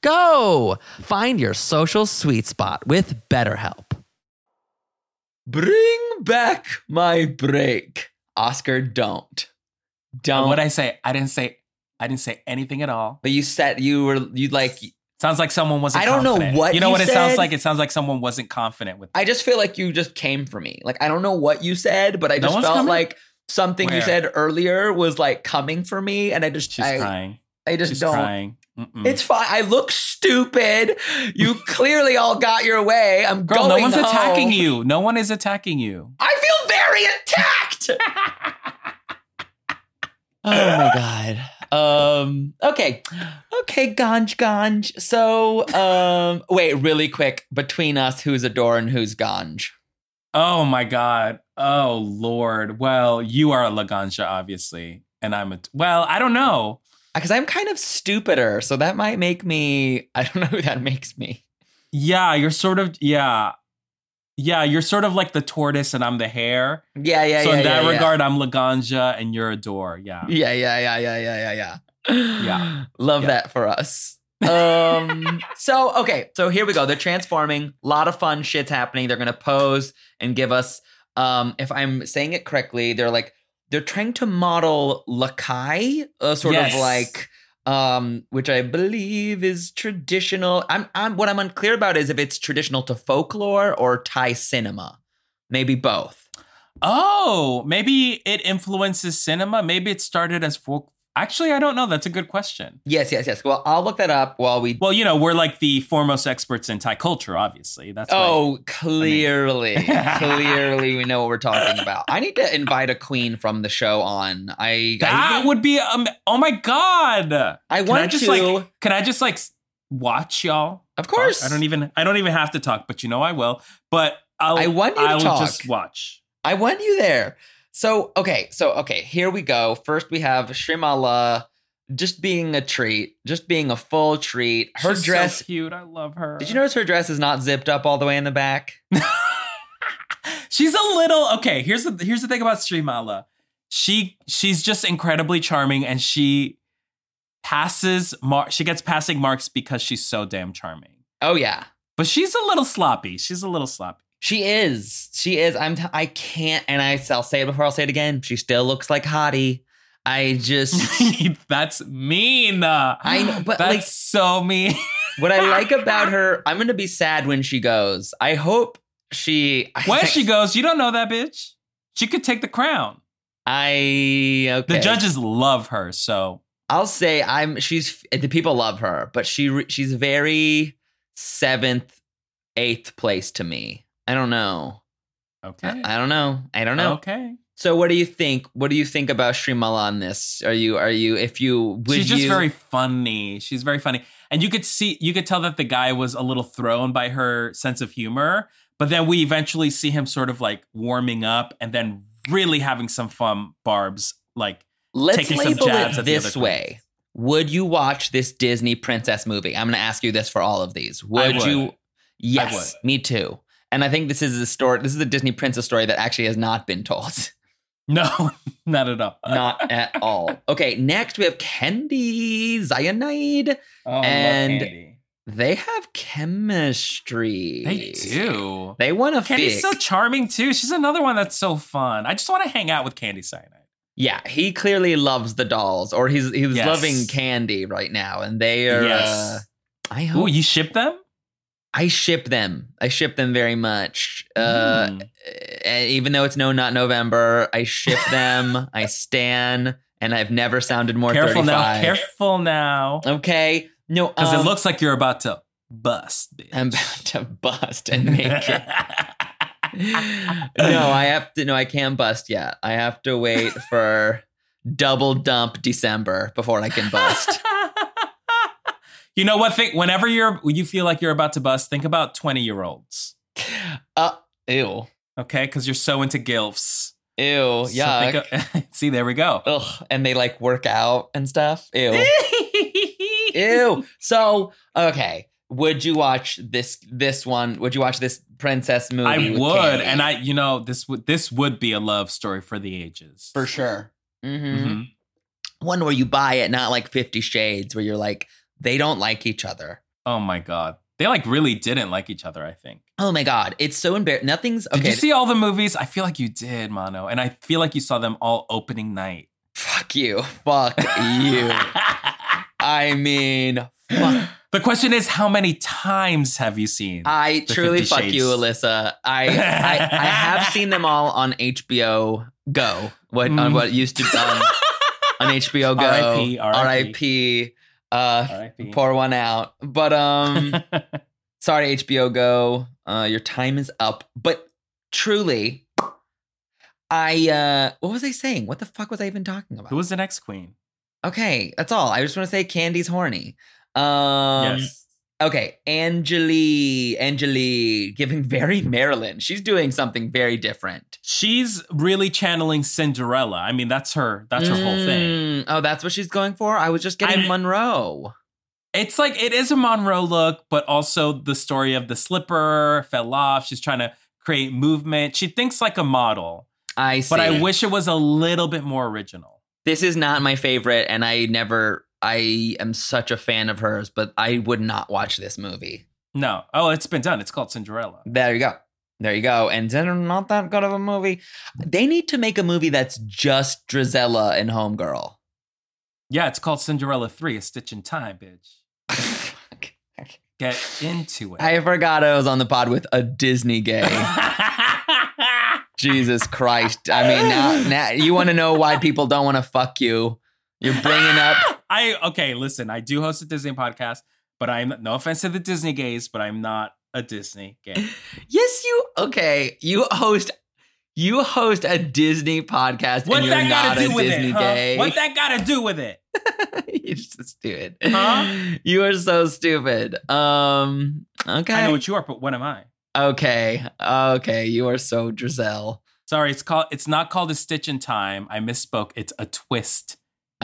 Go! Find your social sweet spot with BetterHelp.
Bring back my break. Oscar, don't. Don't.
What I say? I didn't say. I didn't say anything at all.
but you said you were, you like,
Sounds like someone wasn't.
I don't know
confident.
what
you know.
you
what it sounds
said.
like? It sounds like someone wasn't confident with.
I just feel like you just came for me. Like, I don't know what you said, but I
No
just
one's
felt
coming?
like something you
Where?
said earlier was like coming for me. And I just,
She's
I,
crying.
I just
She's
don't.
crying. Mm-mm.
It's fine. I look stupid.
(laughs)
You clearly all got your way. I'm going
girl. No one's
home.
attacking you. No one is attacking you.
I feel very
(laughs)
attacked. oh my god. Um. Okay. Okay. Ganj, ganj. So, um. Wait. Really quick. Between us, who's Adore and who's ganj?
Oh my God. Oh Lord. Well, you are a Laganja, obviously. And I'm a, well, I don't know.
Because Uh, I'm kind of stupider, so that might make me. I don't know who that makes me.
Yeah, you're sort of, yeah. Yeah, you're sort of like the tortoise and I'm the hare.
Yeah. Yeah.
so
yeah,
in
yeah,
that
yeah.
regard, I'm Laganja and you're a door. Yeah.
Yeah, yeah, yeah, yeah, yeah, yeah, yeah.
Yeah.
Love
Yeah.
that for
(laughs)
us. Um so okay, so here we go. They're transforming. A lot of fun shit's happening. They're gonna pose and give us um if I'm saying it correctly, they're like they're trying to model Lakai, uh, sort
Yes.
of like um which I believe is traditional. I'm I'm what I'm unclear about is if it's traditional to folklore or Thai cinema. Maybe both.
Oh, maybe it influences cinema. Maybe it started as folk. Actually, I don't know. That's a good question.
Yes, yes, yes. Well, I'll look that up while we
Well, you know, we're like the foremost experts in Thai culture, obviously. That's why-
Oh,
(laughs)
clearly, clearly, we know what we're talking about. I need to invite a queen from the show on. I
that
I,
would be um, oh my god.
I
Can
want
I just
to.
like can I just like s- watch y'all?
of course,
I don't e- even I don't even have to talk, but you know I will. But I'll,
I want you to
I'll
talk.
just watch.
I want you there. So okay, so okay, here we go. First, we have Shrimala just being a treat, just being a full treat. Her
She's so
dress.
cute. I love her.
did you notice her dress is not zipped up all the way in the back?
She's a little okay. Here's the here's the thing about Srimala. She she's just incredibly charming, and she passes mar- She gets passing marks because she's so damn charming.
Oh yeah,
But she's a little sloppy. She's a little sloppy.
she is. She is. I'm. T- I can't. And I, I'll say it before I'll say it again. She still looks like hottie. I just.
(laughs) That's mean. I
know, but,
that's
like-
so
(laughs)
mean.
What I
(laughs)
like about her, I'm gonna be sad when she goes. I hope she. I
When
think-
she goes, you don't know that bitch. She could take the crown.
I okay.
The judges love her, so
I'll say I'm. She's the people love her, but she re- she's very seventh, eighth place to me. I don't know.
okay.
I, I don't know. I don't know.
Okay.
So what do you think? What do you think about Shrimala on this? Are you are you if you would
She's just
you-
very funny. She's very funny. And you could see you could tell that the guy was a little thrown by her sense of humor, but then we eventually see him sort of like warming up and then really having some fun barbs like (laughs)
let's
taking some
label
jabs
it
at the
this
other
way. Would you watch this Disney princess movie? I'm going to ask you this for all of these. Would,
would.
you? Yes, me too. And I think this is a story. This is a Disney princess story that actually has not been
(laughs)
told,
No, not at all.
not at all. Okay, next we have Candy Zionide.
Oh, I love
And-
Candy.
They have chemistry.
they do.
They want to
Candy's
fix.
so charming too. She's another one that's so fun. I just want to hang out with Candy Cyanide.
yeah, he clearly loves the dolls, or he's he was
Yes.
loving Candy right now, and they are. Uh,
Yes.
I hope
Ooh, you ship them?
I ship them. I ship them very much. Uh,
Mm.
and even though it's no, not November, I
(laughs)
ship them. I stan, and I've never sounded more
Careful
35.
now. Careful now.
Okay, no,
Because
um,
it looks like you're about to bust, bitch.
I'm about to bust and make it.
(laughs)
no, I have to. No, I can't bust yet. I have to wait for double dump December before I can
(laughs)
bust.
you know what? Think whenever you're you feel like you're about to bust, think about 20 year olds.
Uh, ew.
Okay? Because you're so into gilfs.
Ew,
So
yuck.
think of- (laughs) see, there we go.
Ugh, and they like work out and stuff. Ew. Ew. So, okay. Would you watch this this one? Would you watch this princess movie?
I
with
would,
candy?
and I, you know, this would this would be a love story for the ages.
for sure.
Mhm.
Mhm.
one where you buy it, not like Fifty Shades, where you're like, they don't like each other.
Oh my god, they like really didn't like each other. I think.
Oh my god, it's so embarrassing. Nothing's okay.
Did you see all the movies? I feel like you did, Mono, and I feel like you saw them all
(laughs)
opening night.
fuck you, fuck
(laughs)
you. I mean, fuck.
The question is, how many times have you seen?
I
The
truly
50
fuck you,
Shades.
Alyssa. I, I I have seen them all on HBO Go. What on
Mm.
what used to on, on HBO Go.
R.I.P.,
R.I.P. Uh,
R.I.P..
pour one out. But
(laughs)
um, sorry HBO Go, uh, your time is up. But truly, I uh, what was I saying? What the fuck was I even talking about?
Who was the next queen?
okay, that's all. I just want to say Candy's horny. Um,
yes.
Okay, Angeli, Angeli, giving very (laughs) Marilyn. She's doing something very different.
She's really channeling Cinderella. I mean, that's her. That's her whole thing.
Mm, Oh, that's what she's going for. I was just getting
I-
Monroe.
It's like it is a Monroe look, but also the story of the slipper fell off. She's trying to create movement. She thinks like a model,
I see.
but I wish it was a little bit more original.
this is not my favorite, and I never. I am such a fan of hers, but I would not watch this movie.
No. Oh, it's been done. It's called Cinderella.
There you go. There you go. And they're not that good of a movie. They need to make a movie that's just Drizella and Homegirl. (laughs)
Yeah, it's called Cinderella 3, A Stitch in Time, bitch. Get into
(laughs)
it.
I forgot I was on the pod with a Disney gay. Jesus Christ. I mean, now, (laughs) now you want to know why people don't want to fuck you. You're bringing up.
(laughs) I okay, listen, I do host a Disney podcast, but I'm no offense to the Disney gays, but I'm not a Disney gay.
(gasps) Yes, you. Okay. You host. You host a Disney podcast
What
and you're
that
not
gotta do
a
with
Disney
it? huh?
gay.
What that gotta do with it?
(laughs) You're just stupid.
Huh?
You are so stupid. Um. Okay.
I know what you are, but what am I?
okay. Okay. You are so Drizel.
Sorry, it's called it's not called a stitch in time. I misspoke. It's a twist.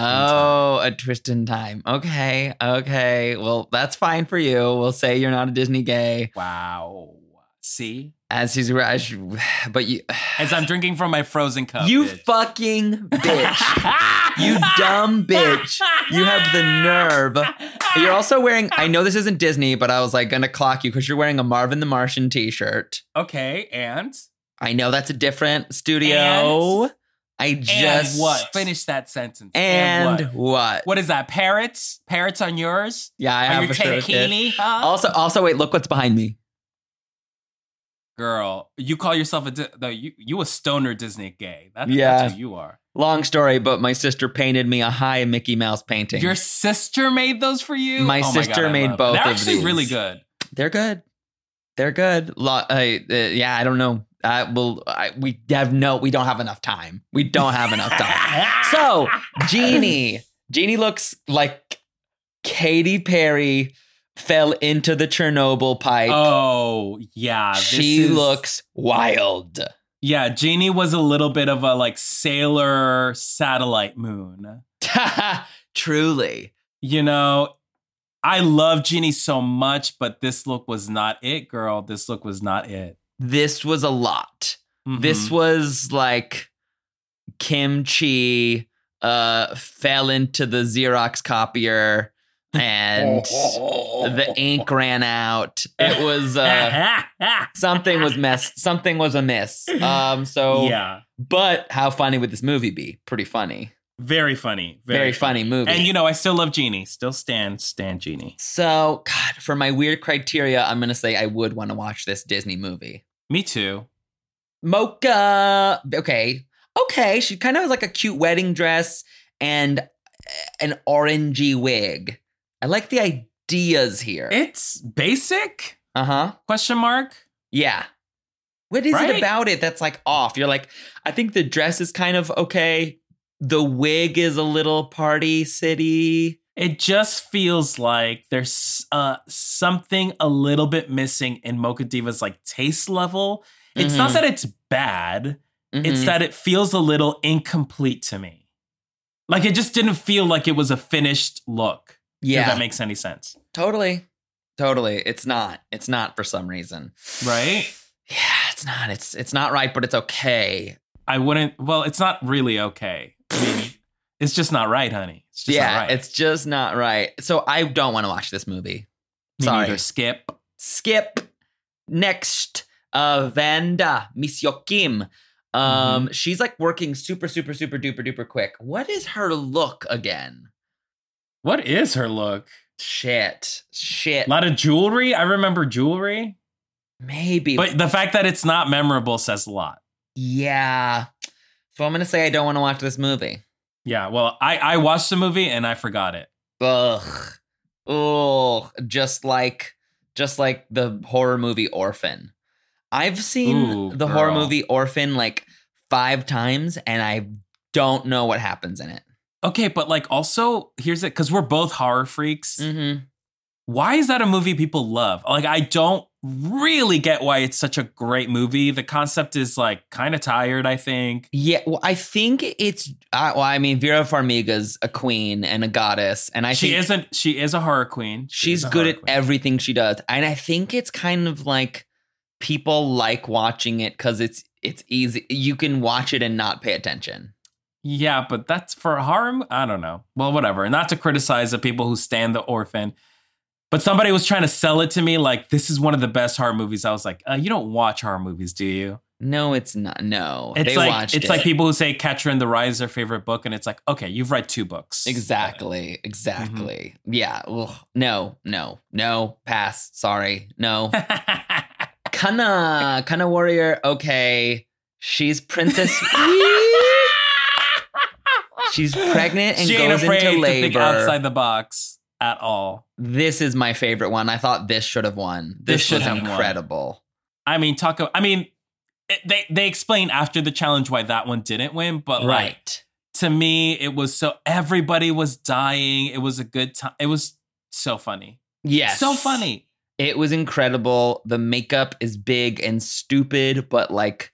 Oh, a twist in time. Okay. Okay. Well, that's fine for you. We'll say you're not a Disney gay.
Wow. See?
As he's, as you- (sighs) but you,
As I'm drinking from my frozen cup.
you
bitch.
fucking bitch.
(laughs)
you dumb bitch. You have the nerve. You're also wearing, I know this isn't Disney, but I was like gonna clock you because you're wearing a Marvin the Martian t shirt.
Okay, and
I know that's a different studio.
And?
I just.
and what? Finish that sentence.
And,
what?
what?
What is that? Parrots? Parrots on yours?
Yeah, I
on
have
your
a shirt.
tankini? Huh?
Also, also, wait, look what's behind me.
Girl, you call yourself a di- no, you you a stoner Disney gay. That's,
Yeah.
that's who you are.
Long story, but my sister painted me a high Mickey Mouse painting.
Your sister made those for you. Oh
My
God,
sister
I
made
love it.
both
They're
of
actually
these.
really good.
They're good. They're good. Lo- uh, uh, yeah, I don't know. I will. I, we have no. We don't have enough time. We don't have enough
(laughs)
time. so, Jeannie. Jeannie looks like Katy Perry fell into the Chernobyl pipe.
Oh yeah, this
she
is-
looks wild. (laughs)
Yeah, Jeannie was a little bit of a like sailor satellite moon.
Truly.
You know, I love Jeannie so much, but this look was not it, girl. This look was not it.
This was a lot.
Mhm.
This was like kimchi uh fell into the Xerox copier and the
(laughs)
ink ran out. It was uh something was mess something was amiss. Um so
yeah,
but how funny would this movie be? Pretty funny.
very funny,
Very, funny movie.
And you know, I still love Jeannie. Still stand, stand Jeannie.
so god, for my weird criteria, I'm gonna say I would want to watch this Disney movie.
Me too.
mocha okay okay she kind of has like a cute wedding dress and eh, an orangey wig i like the ideas here
It's basic?
uh-huh
Question mark?
yeah what is
Right?
it about it that's like off you're like i think the dress is kind of okay the wig is a little party city
It just feels like there's uh, something a little bit missing in Mocha Diva's like taste level. It's not
Mhm.
that it's bad. It's
Mhm.
that it feels a little incomplete to me. Like it just didn't feel like it was a finished look. If
yeah,
that makes any sense.
totally, totally. It's not. It's not for some reason.
Right?
Yeah, it's not. It's it's not right, but it's okay.
I wouldn't well, it's not really okay.
(laughs)
I mean, it's just not right, honey. It's just
yeah,
not right.
it's just not right. So I don't want to watch this movie.
Me
sorry.
neither, skip.
Skip. Next, uh, Vanda Miss Joaquim. Um,
Mm-hmm.
she's like working super, super, super duper duper quick. What is her look again?
What is her look?
Shit, shit.
A lot of jewelry. I remember jewelry.
Maybe,
But the fact that it's not memorable says a lot.
yeah. So I'm gonna say I don't want to watch this movie.
Yeah, well, I, I watched the movie and I forgot it.
Ugh, ugh. Just like, just like the horror movie Orphan. I've seen
Ooh,
the horror
girl.
movie Orphan like five times, and I don't know what happens in it.
Okay, but like also, here's it because we're both horror freaks.
Mm-hmm.
Why is that a movie people love? Like, I don't really get why it's such a great movie. The concept is like kind of tired, I think.
Yeah, well, I think it's. I well, I mean, Vera Farmiga's a queen and a goddess, and I
she
think
isn't, she is a horror queen. She is
she's
a
good
horror
at
queen.
everything she does, and I think it's kind of like people like watching it because it's it's easy. You can watch it and not pay attention.
Yeah, but that's for a horror. mo- I don't know. Well, whatever. Not to criticize the people who stand the orphan, but somebody was trying to sell it to me like this is one of the best horror movies. I was like, uh, you don't watch horror movies, do you?
No, it's not. No,
It's
they
like
watched
it's
it.
like people who say Catcher in the Rye is their favorite book, and it's like, okay, you've read two books. (laughs)
Exactly. Exactly.
Mm-hmm.
Yeah. Ugh. No. No. No. Pass. Sorry.
(laughs)
No. Kana. Kana warrior. Okay. She's
(laughs)
princess. She's pregnant and
she ain't
goes
afraid
into
to
labor.
think outside the box at all.
this is my favorite one. I thought this should have won.
This
This,
should
was
have won.
incredible.
I mean, talk. Of, I mean, it, they they explain after the challenge why that one didn't win, but like
Right.
to me, it was so everybody was dying. It was a good time. It was so funny.
Yes.
So funny.
It was incredible. The makeup is big and stupid, but like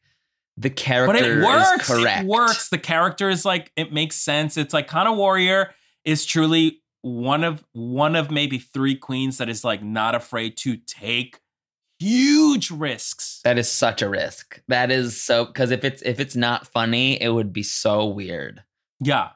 the character
But it works.
is correct.
It works. The character is like it makes sense. It's like Kana Warrior is truly one of one of maybe three queens that is like not afraid to take huge risks.
That is such a risk. That is so because if it's if it's not funny, it would be so weird.
Yeah.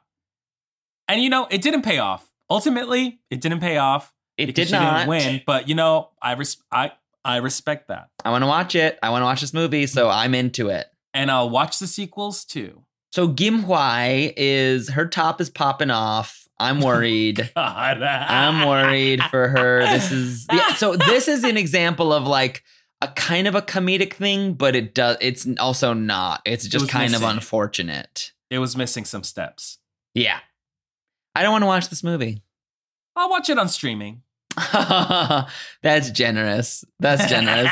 And you know, it didn't pay off. Ultimately, it didn't pay off.
It
because
did
she
not
didn't win, but you know, I res- I I respect that.
I want to watch it. I want to watch this movie, so I'm into it.
And I'll watch the sequels too.
So Gim Hwai is her top is popping off.
(laughs)
I'm worried.
God.
I'm worried for her. This
(laughs)
is yeah. So this is an example of like a kind of a comedic thing, but it does. It's also not. It's just
was
kind of
missing.
unfortunate.
It was missing some steps.
Yeah, I don't want to watch this movie. (laughs)
I'll watch it on streaming.
That's generous. That's
(laughs)
generous.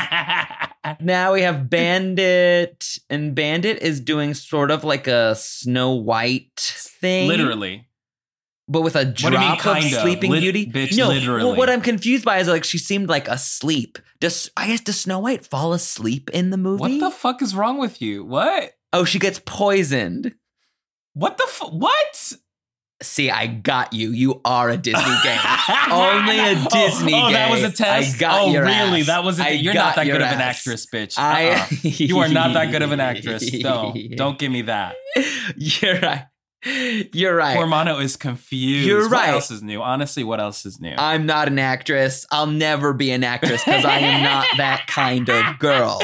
now we have Bandit, and Bandit is doing sort of like a Snow White thing,
Literally.
but with a
do you
drop
mean,
of
kind of?
Sleeping
Lit-
Beauty.
bitch,
no,
literally.
Well, what I'm confused by is like she seemed like asleep. Does I guess does Snow White fall asleep in the movie?
What the fuck is wrong with you? What?
oh, she gets poisoned.
What the f- what? (laughs)
See, I got you. You are a Disney game. Only a Disney game.
oh, Oh, that was a test.
I got
oh,
your
really?
ass.
That was. A
I
th- you're not
got
that
your
good of an
ass.
actress, bitch.
I- (laughs)
Uh-uh. you are not that good of an actress. No, don't give me that.
You're right. You're right.
Hormano is confused.
You're
What
right.
else is new? Honestly, what else is new?
I'm not an actress. I'll never be an actress because I am
(laughs)
not that kind of girl.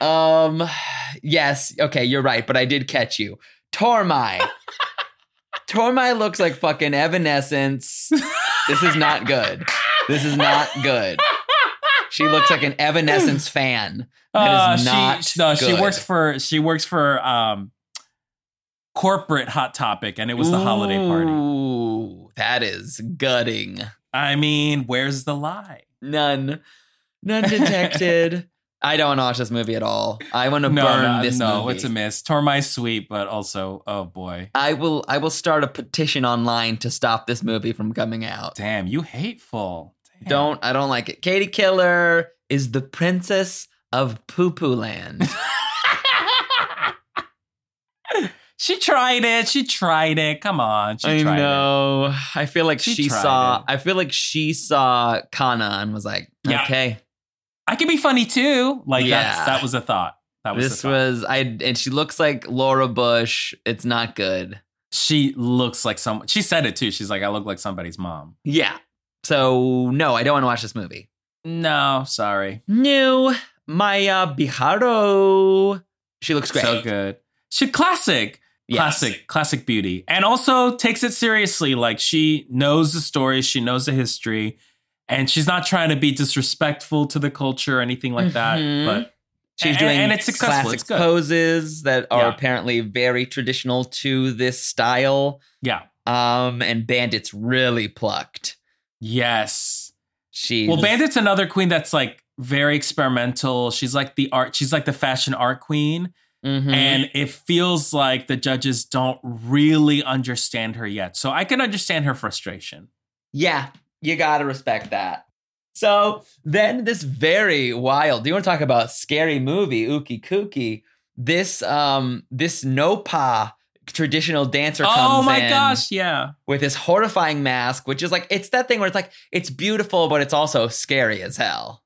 Um, yes, okay, you're right, but I did catch you.
(laughs)
Tormai. Tormai looks like fucking Evanescence. This is not good. This is not good. She looks like an
(laughs)
Evanescence fan. That is
Uh,
not
she, no, she
good.
works for she works for um corporate Hot Topic, and it was the holiday party.
Ooh, that is gutting.
I mean, where's the lie?
None. None detected. (laughs) I don't want to watch this movie at all. I want to
no,
burn
no,
this
no,
movie.
it's a miss. Tore my sweet, but also, oh boy,
I will I will start a petition online to stop this movie from coming out.
damn, you hateful. Damn.
Don't I don't like it. Katie Killer is the princess of Poo Poo Land.
She tried it. She tried it. Come on. (laughs) She
I
tried it.
know. I feel like
She
she,
tried
saw.
it.
I feel like she saw Kana and was like,
Yeah.
"Okay,
I can be funny too. Like
Yeah.
that's that was a thought. That was a
this
thought.
was I." And she looks like Laura Bush. It's not good.
she looks like someone. She said it too. She's like, I look like somebody's mom.
Yeah. So no, I don't want to watch this movie.
No, sorry.
No, Maya Biharo. She looks great.
So good. She classic.
Yes.
Classic, classic beauty. And also takes it seriously. Like she knows the story, she knows the history, and she's not trying to be disrespectful to the culture or anything like
Mhm.
that.
She's
And-
doing
and it's successful.
classic
It's good.
poses that are
Yeah.
apparently very traditional to this style.
But yeah.
Um, and Bandit's really plucked.
Yes.
She
Well, Bandit's another queen that's like very experimental. She's like the art, she's like the fashion art queen.
Mm-hmm.
And it feels like the judges don't really understand her yet. So I can understand her frustration.
yeah, you gotta respect that. So then, this very wild. Do you want to talk about scary movie? Ookie kooky. This um this nopa traditional dancer.
Oh
comes
my
in
gosh. Yeah.
With this horrifying mask, which is like it's that thing where it's like it's beautiful, but it's also scary as hell.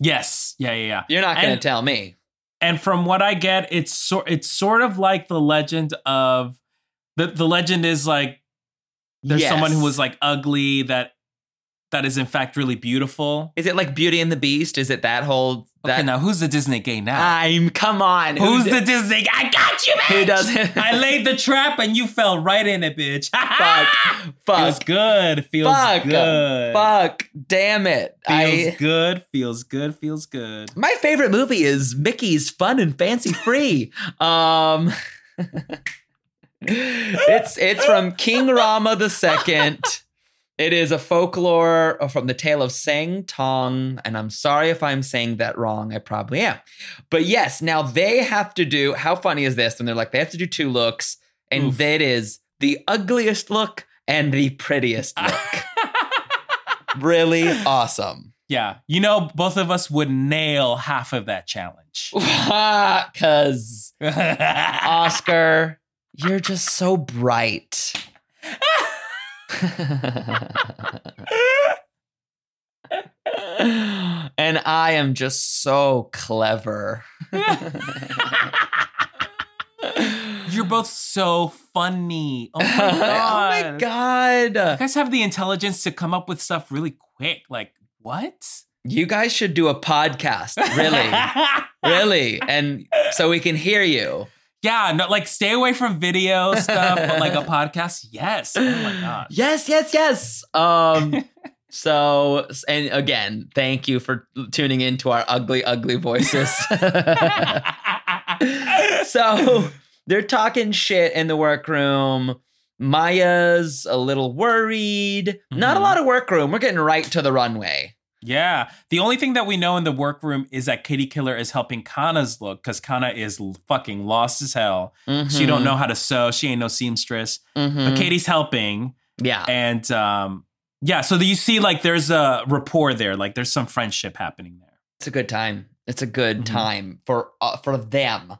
Yes. Yeah. Yeah. Yeah.
You're not gonna
And-
tell me.
and from what I get, it's sort it's sort of like the legend of the the legend is like there's
Yes.
someone who was like ugly that that is in fact really beautiful.
Is it like Beauty and the Beast? Is it that whole? That,
okay, now who's the Disney gay now?
I'm come on. who
who's
di-
the Disney? I got you, bitch.
Who doesn't?
(laughs) I laid the trap and you fell right in it, bitch. (laughs)
fuck?
feels
Fuck.
good. Feels
fuck.
good.
Fuck. Damn it.
Feels
I.
good. Feels good. Feels
(laughs)
good.
My favorite movie is Mickey's Fun and Fancy Free. um. (laughs) it's it's from King Rama the Second. It is a folklore uh, from the tale of Sang Tong, and I'm sorry if I'm saying that wrong. I probably am. But yes, now they have to do how funny is this? And they're like, they have to do two looks, and
Oof.
that is the ugliest look and the prettiest look. really awesome.
Yeah. You know, both of us would nail half of that challenge.
(laughs) Cause Oscar, you're just so bright. (laughs) and I am just so clever.
You're both so funny. (laughs) Oh my god.
oh my god.
You guys have the intelligence to come up with stuff really quick. Like, what?
You guys should do a podcast, really. really. And so we can hear you.
yeah, no, like stay away from video stuff, but (laughs) like a podcast, yes. Oh my god.
Yes, yes, yes.
(laughs)
Um so and again, thank you for tuning in to our ugly ugly voices. (laughs) so they're talking shit in the workroom. Maya's a little worried. Not a
Mhm.
lot of workroom. We're getting right to the runway.
Yeah. The only thing that we know in the workroom is that Kitty Killer is helping Kana's look because Kana is l- fucking lost as hell. She don't know how to sew. She ain't no seamstress.
Mhm.
But Katie's helping.
Yeah.
and um yeah so you see like there's a rapport there like there's some friendship happening there
It's a good time. It's a good
Mhm.
time for uh, for them.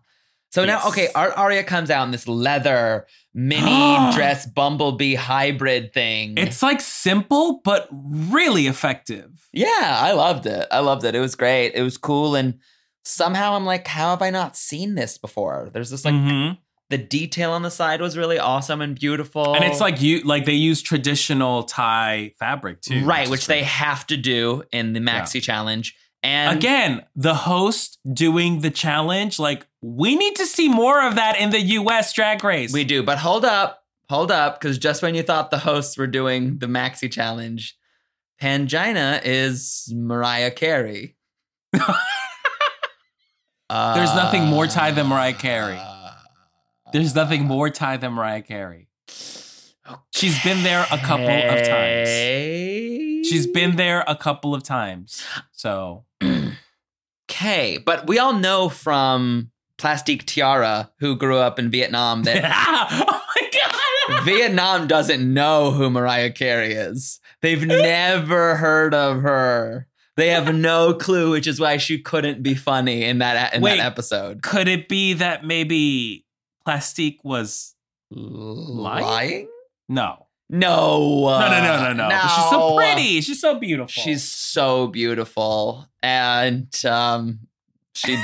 So
Yes.
now, okay, Ar- Arya comes out in this leather
(gasps)
mini dress bumblebee hybrid thing.
it's like simple but really effective
yeah, I loved it. I loved it. It was great. It was cool, and somehow I'm like, how have I not seen this before? There's this like
Mhm.
the detail on the side was really awesome and beautiful,
and it's like you like they use traditional thai fabric too
right,
is
which they
great.
have to do in the maxi challenge. And
again the host doing the challenge like we need to see more of that in the us drag race
We do, but hold up, hold up, because just when you thought the hosts were doing the maxi challenge, Pangina is Mariah
(laughs)
Carey. Uh,
There's nothing more Thai than Mariah Carey. there's nothing more thai than mariah carey she's been there a couple of times
times.
She's been there a couple of times. So
okay, but we all know from Plastic Tiara, who grew up in Vietnam,
(laughs) Oh
that
my god.
Vietnam doesn't know who Mariah Carey is. They've never heard of her. They have no clue, which is why she couldn't be funny in that in
Wait.
that episode.
Could it be that maybe Plastique was
Lying?
No.
No. uh,
No, no, no, no, no. But She's so pretty. She's so beautiful.
She's so beautiful, and um,
(laughs)
she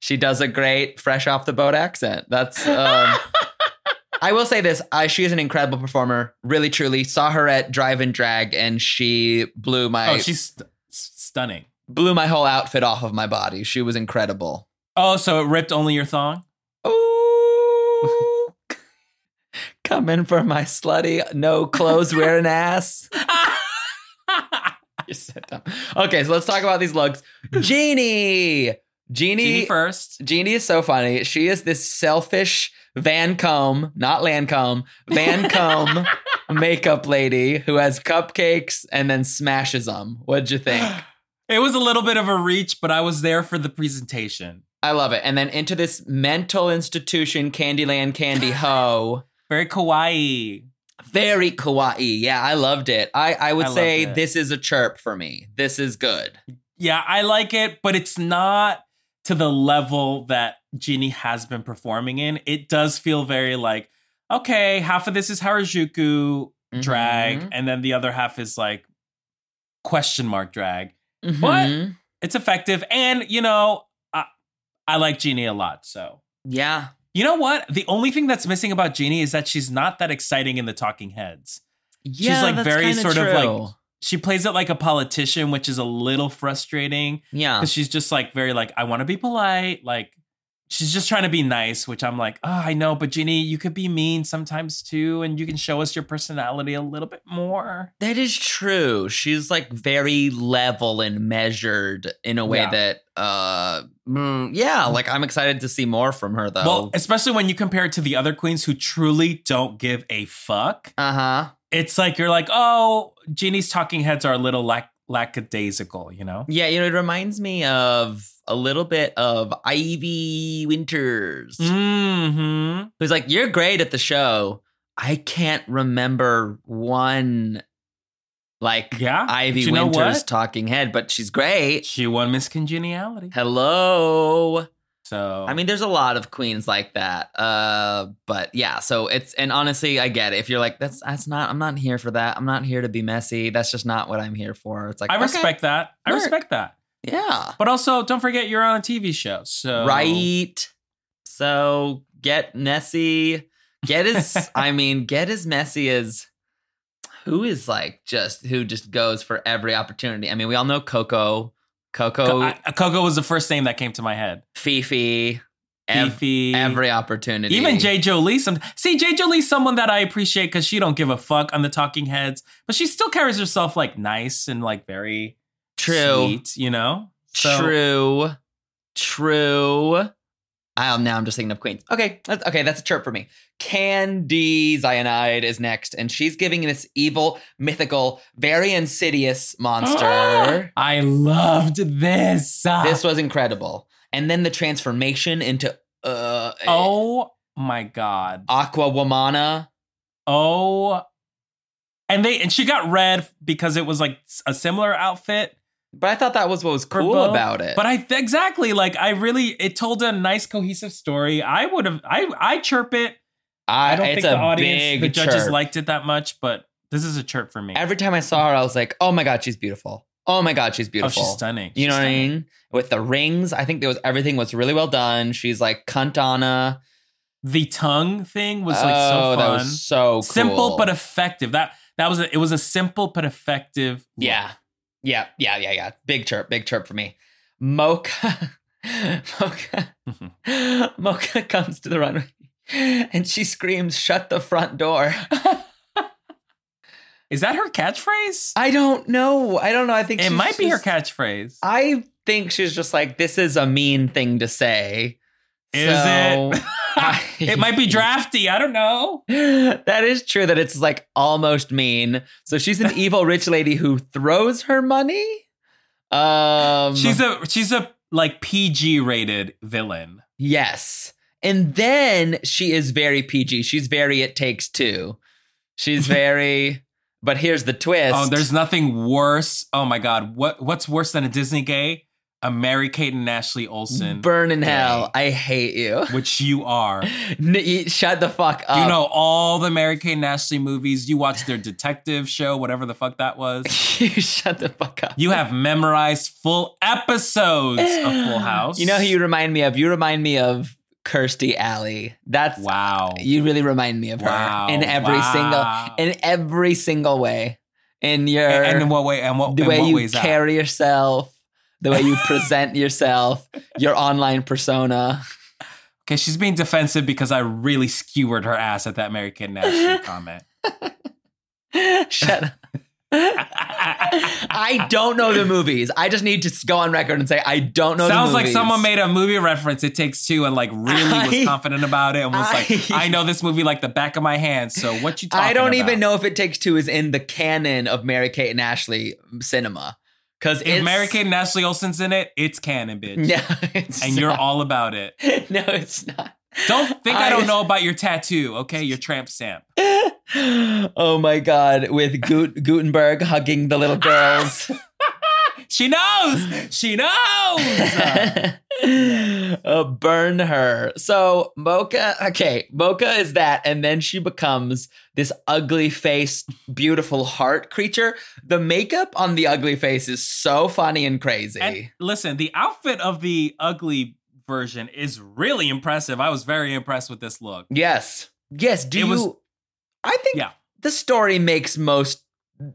she does a great fresh off the boat accent. That's.
(laughs)
Um, I will say this: I, she is an incredible performer. Really, truly, saw her at Drive and Drag, and she blew my
oh, she's st- st- stunning.
blew my whole outfit off of my body. She was incredible.
Oh, so it ripped only your thong?
Ooh. (laughs) Come in for my slutty, no clothes wearing ass. (laughs) You're so dumb. Okay, so let's talk about these looks. Jeannie. Jeannie.
Genie first.
Jeannie is so funny. She is this selfish Van Combe, not Lancome, Van (laughs) Combe makeup lady who has cupcakes and then smashes them. What'd you (gasps) think?
It was a little bit of a reach, but I was there for the presentation.
I love it. And then into this mental institution, Candyland Candy Ho.
Very kawaii.
Very kawaii. Yeah, I loved it. I, I would
I loved
say
it.
this is a chirp for me. This is good.
Yeah, I like it, but it's not to the level that Ginny has been performing in. It does feel very like, okay, half of this is Harajuku drag,
Mhm.
and then the other half is like question mark drag.
Mhm.
It's effective, and you know, I, I like Ginny a lot, so.
Yeah.
You know what? The only thing that's missing about Jeannie is that she's not that exciting in the Talking Heads.
Yeah,
like,
that's
very
kinda
sort of, like-
true.
She plays it like a politician, which is a little frustrating
Yeah.
because she's just like very like I want to be polite, like she's just trying to be nice, which I'm like, "Oh, I know, but Jeannie, you could be mean sometimes too and you can show us your personality a little bit more."
That is true. She's like very level and measured in a way
Yeah. Mm-hmm.
that uh mm, yeah, like I'm excited to see more from her though.
Well, especially when you compare it to the other queens who truly don't give a fuck.
uh-huh.
It's like you're like, "Oh, Jeannie's talking heads are a little lack lackadaisical, you know?"
Yeah, you know, it reminds me of a little bit of Ivy Winters.
Mhm.
who's like, "You're great at the show. I can't remember one like
Yeah,
Ivy
but you know
Winters
what?
talking head, but she's great."
She won Miss Congeniality.
Hello.
So
I mean, there's a lot of queens like that. Uh, but yeah, so it's and honestly, I get it. If you're like, that's that's not. I'm not here for that. I'm not here to be messy. That's just not what I'm here for. It's like
I
okay,
respect that. I
Work.
respect that.
Yeah.
But also, don't forget you're on a TV show. So
Right. So get messy. Get
(laughs)
as I mean, get as messy as who is like just who just goes for every opportunity. I mean, we all know Coco,
Co-
Coco,
I- Coco was the first name that came to my head.
Fifi, ev-
Fifi.
every opportunity.
Even Jay Jolie. Some see Jay Jolie's someone that I appreciate because she don't give a fuck on the Talking Heads, but she still carries herself like nice and like very
True.
sweet, you know. So,
True. True. I now I'm just thinking of Queens. Okay, that's, okay, that's a chirp for me. Candy Zionide is next, and she's giving this evil, mythical, very insidious monster.
(gasps) I loved this.
this was incredible, and then the transformation into uh,
oh my god.
Aqua Womana.
Oh, and they and she got red because it was like a similar outfit.
But I thought that was what was
for
cool
both.
about it.
But I exactly like I really it told a nice cohesive story. I would have I I chirp it. I don't
it's
think the
a
audience,
big
the judges
chirp.
liked it that much, but this is a chirp for me. Oh,
Every time I saw her, I was like, "Oh my god, she's beautiful! Oh my god, she's
oh,
beautiful!"
she's stunning.
You
She's
know what I
stunning.
mean? With the rings, I think there was everything was really well done. She's like Cuntana.
The tongue thing was like
oh,
so
that
fun,
was so cool.
simple but effective. That that was a, it was a simple but effective. look.
yeah, yeah, yeah, yeah, yeah. Big chirp, big chirp for me. Mocha, (laughs)
(laughs)
Mocha, (laughs) Mocha comes to the runway and she screams, "Shut the front door!"
Is that her catchphrase?
I don't know. I don't know. I think
it
she's
might be her
just-
catchphrase.
I think she's just like, "This is a mean thing to say."
Is it?
I-
(laughs) it
(laughs)
might be drafty. I don't know.
that is true that it's like almost mean. So she's an evil rich lady who throws her money. Um
She's a she's a like PG rated villain.
yes. And then she is very PG. She's very it takes two.
(laughs)
She's very but here's the twist.
Oh, there's nothing worse. Oh my god, what what's worse than a Disney gay? a Mary Kate and Ashley Olsen,
Burn in hell. I hate you.
which you are.
N- e- Shut the fuck up.
You know all the Mary Kate and Ashley movies. You watch their detective show, whatever the fuck that was.
(laughs) you shut the fuck up.
You have memorized full episodes
(sighs)
of Full House.
You know who you remind me of? You remind me of Kirstie Alley. That's
Wow.
you really remind me of
Wow.
her in every
Wow.
single in every single way. In your
and in what way? And what?
the
in
way
what
you
ways uh, that?
carry yourself, the way you
(laughs)
present yourself, your online persona.
Okay, she's being defensive because I really skewered her ass at that Mary Kate
(laughs)
and Ashley comment.
Shut up. I don't know the movies. I just need to s- go on record and say I don't know. the
Sounds like
movies.
someone made a movie reference. It takes two, and like really
I- (laughs)
was confident about it, and was like,
I-
"I know this movie like the back of my hand." So what you? Talking
(laughs) I don't
about?
even know if It Takes Two is in the canon of Mary Kate and Ashley cinema because
If Mary Kate and Ashley Olsen's in it, it's canon, bitch,
(laughs) Yeah, it's
and you're
not.
all about it.
(laughs) no, it's not.
Don't
(laughs)
think I,
I-
don't know about your tattoo, okay? Your tramp stamp.
Oh my god, with Gut- Gutenberg hugging the little girls.
(laughs) She knows.
(laughs)
She knows.
uh, burn her. So Mocha, okay, Mocha is that, and then she becomes this ugly faced, beautiful heart creature. The makeup on the ugly face is so funny and crazy.
And listen, the outfit of the ugly version is really impressive. I was very impressed with this look.
yes, yes. Do
It
you?
was-
I think
Yeah.
the story makes most.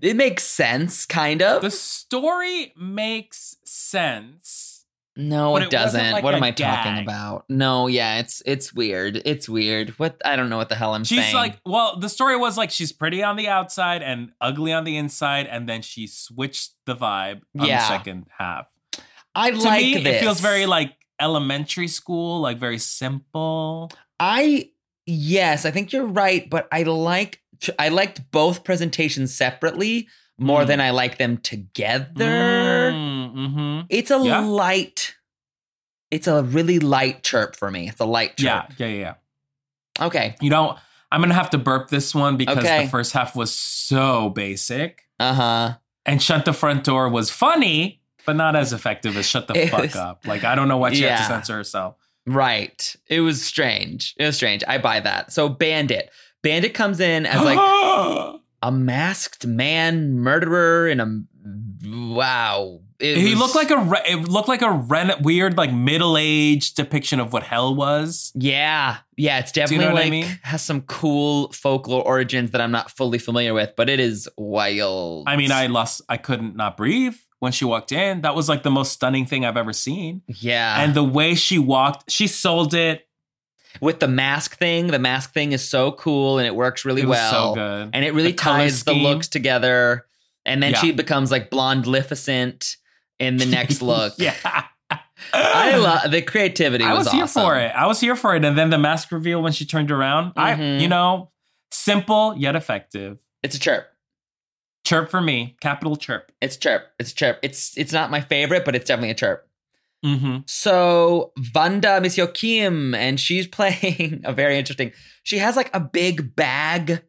It makes sense, kind of.
The story makes sense.
No,
But
it,
it wasn't
doesn't.
like
what
a
am I talking
gag.
about? No, yeah, it's it's weird. It's weird. What I don't know what the hell I'm
She's
saying.
like, well, the story was like she's pretty on the outside and ugly on the inside, and then she switched the vibe on
Yeah.
the second half.
I
To
like
me,
this.
it feels very like elementary school, like very simple.
I yes, I think you're right, but I like I liked both presentations separately more
Mm.
than I like them together.
mm-hmm.
It's a
Yeah.
light. It's a really light chirp for me. It's a light
Yeah,
chirp.
yeah, yeah, yeah.
Okay.
You know, I'm gonna have to burp this one because
Okay.
the first half was so basic,
Uh huh.
and shut the front door was funny, but not as effective as shut
(laughs)
the
It
fuck
was-
up. Like I don't know why she had
Yeah.
to censor herself.
Right. It was strange. It was strange. I buy that. So Bandit. Bandit comes in as like
(gasps)
a masked man murderer in a wow. It
he
was-
looked like a re- it looked like a ren- weird like middle aged depiction of what hell was.
yeah, yeah. It's definitely
know what I
like
mean?
has some cool folklore origins that I'm not fully familiar with, but it is wild.
I mean, I lost, I couldn't not breathe when she walked in. That was like the most stunning thing I've ever seen.
yeah,
and the way she walked, she sold it. (laughs)
with the mask thing, the mask thing is so cool and it works really
It was
well,
so good.
and it really
The color
ties the
scheme.
looks together. And then
Yeah.
she becomes like blonde Lificent in the next look.
(laughs) yeah,
I love the creativity.
I was, here
awesome.
for it. I was here for it. And then the mask reveal when she turned around. I,
Mhm.
you know, simple yet effective.
It's a chirp.
Chirp for me, capital chirp.
It's a chirp. It's a chirp. It's it's not my favorite, but it's definitely a chirp.
Mm-hmm.
So Vanda Miss Kim, and she's (laughs) playing a very interesting. She has like a big bag,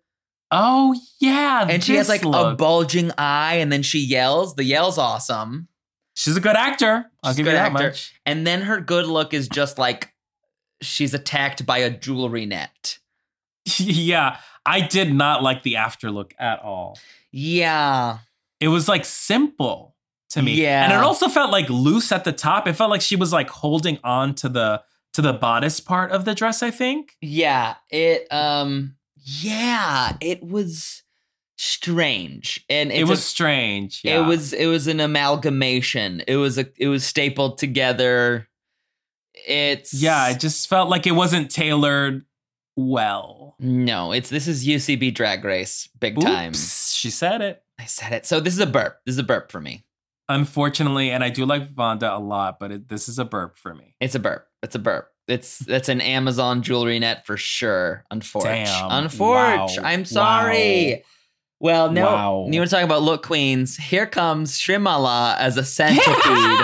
Oh yeah,
and she has like
this
a
look.
bulging eye, and then she yells. The yell's awesome,
She's a good actor. I'll
She's a
give you
good
that
actor.
much. (laughs)
and then her good look is just like she's attacked by a jewelry net.
yeah, I did not like the afterlook at all.
Yeah,
it was like simple to me.
Yeah.
And it also felt like loose at the top. It felt like she was like holding on to the to the bodice part of the dress, I think.
yeah. It um, yeah. It was strange, and it's
it
a-
was strange. Yeah.
It was it was an amalgamation. It was a it was stapled together. It's
Yeah, it just felt like it wasn't tailored well.
no, it's this is UCB Drag Race big time.
Oops, she said it.
I said it. So this is a burp. This is a burp for me.
Unfortunately, and I do like Vonda a lot, but it, this is a burp for me.
It's a burp. It's a burp. It's that's an Amazon jewelry net for sure. Unfortunate.
Damn.
Unfortunate.
Wow.
I'm sorry. Well, no.
Wow.
You want to talk about look queens? Here comes Shrimala as a
(laughs)
centipede.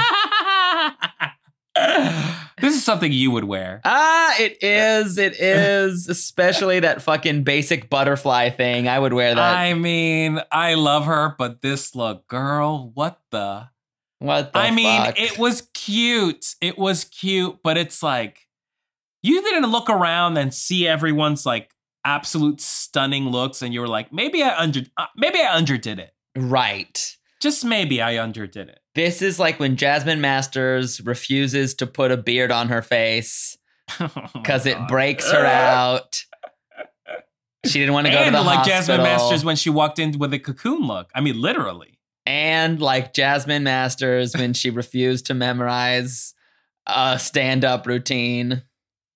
this is something you would wear.
Ah, it is.
(laughs)
It is. Especially that fucking basic butterfly thing. I would wear that.
I mean, I love her, but this look, girl, what the
What the
I mean,
fuck?
it was cute. It was cute, but it's like you didn't look around and see everyone's like absolute stunning looks, and you were like, maybe I under, uh, maybe I underdid it.
right.
Just maybe I underdid it. (laughs)
This is like when Jasmine Masters refuses to put a beard on her face
Oh
because it breaks
(laughs)
her out. She didn't want to go to
And
the
like
hospital.
Jasmine Masters when she walked in with a cocoon look. I mean, literally.
and like Jasmine Masters when she refused to memorize a stand-up routine.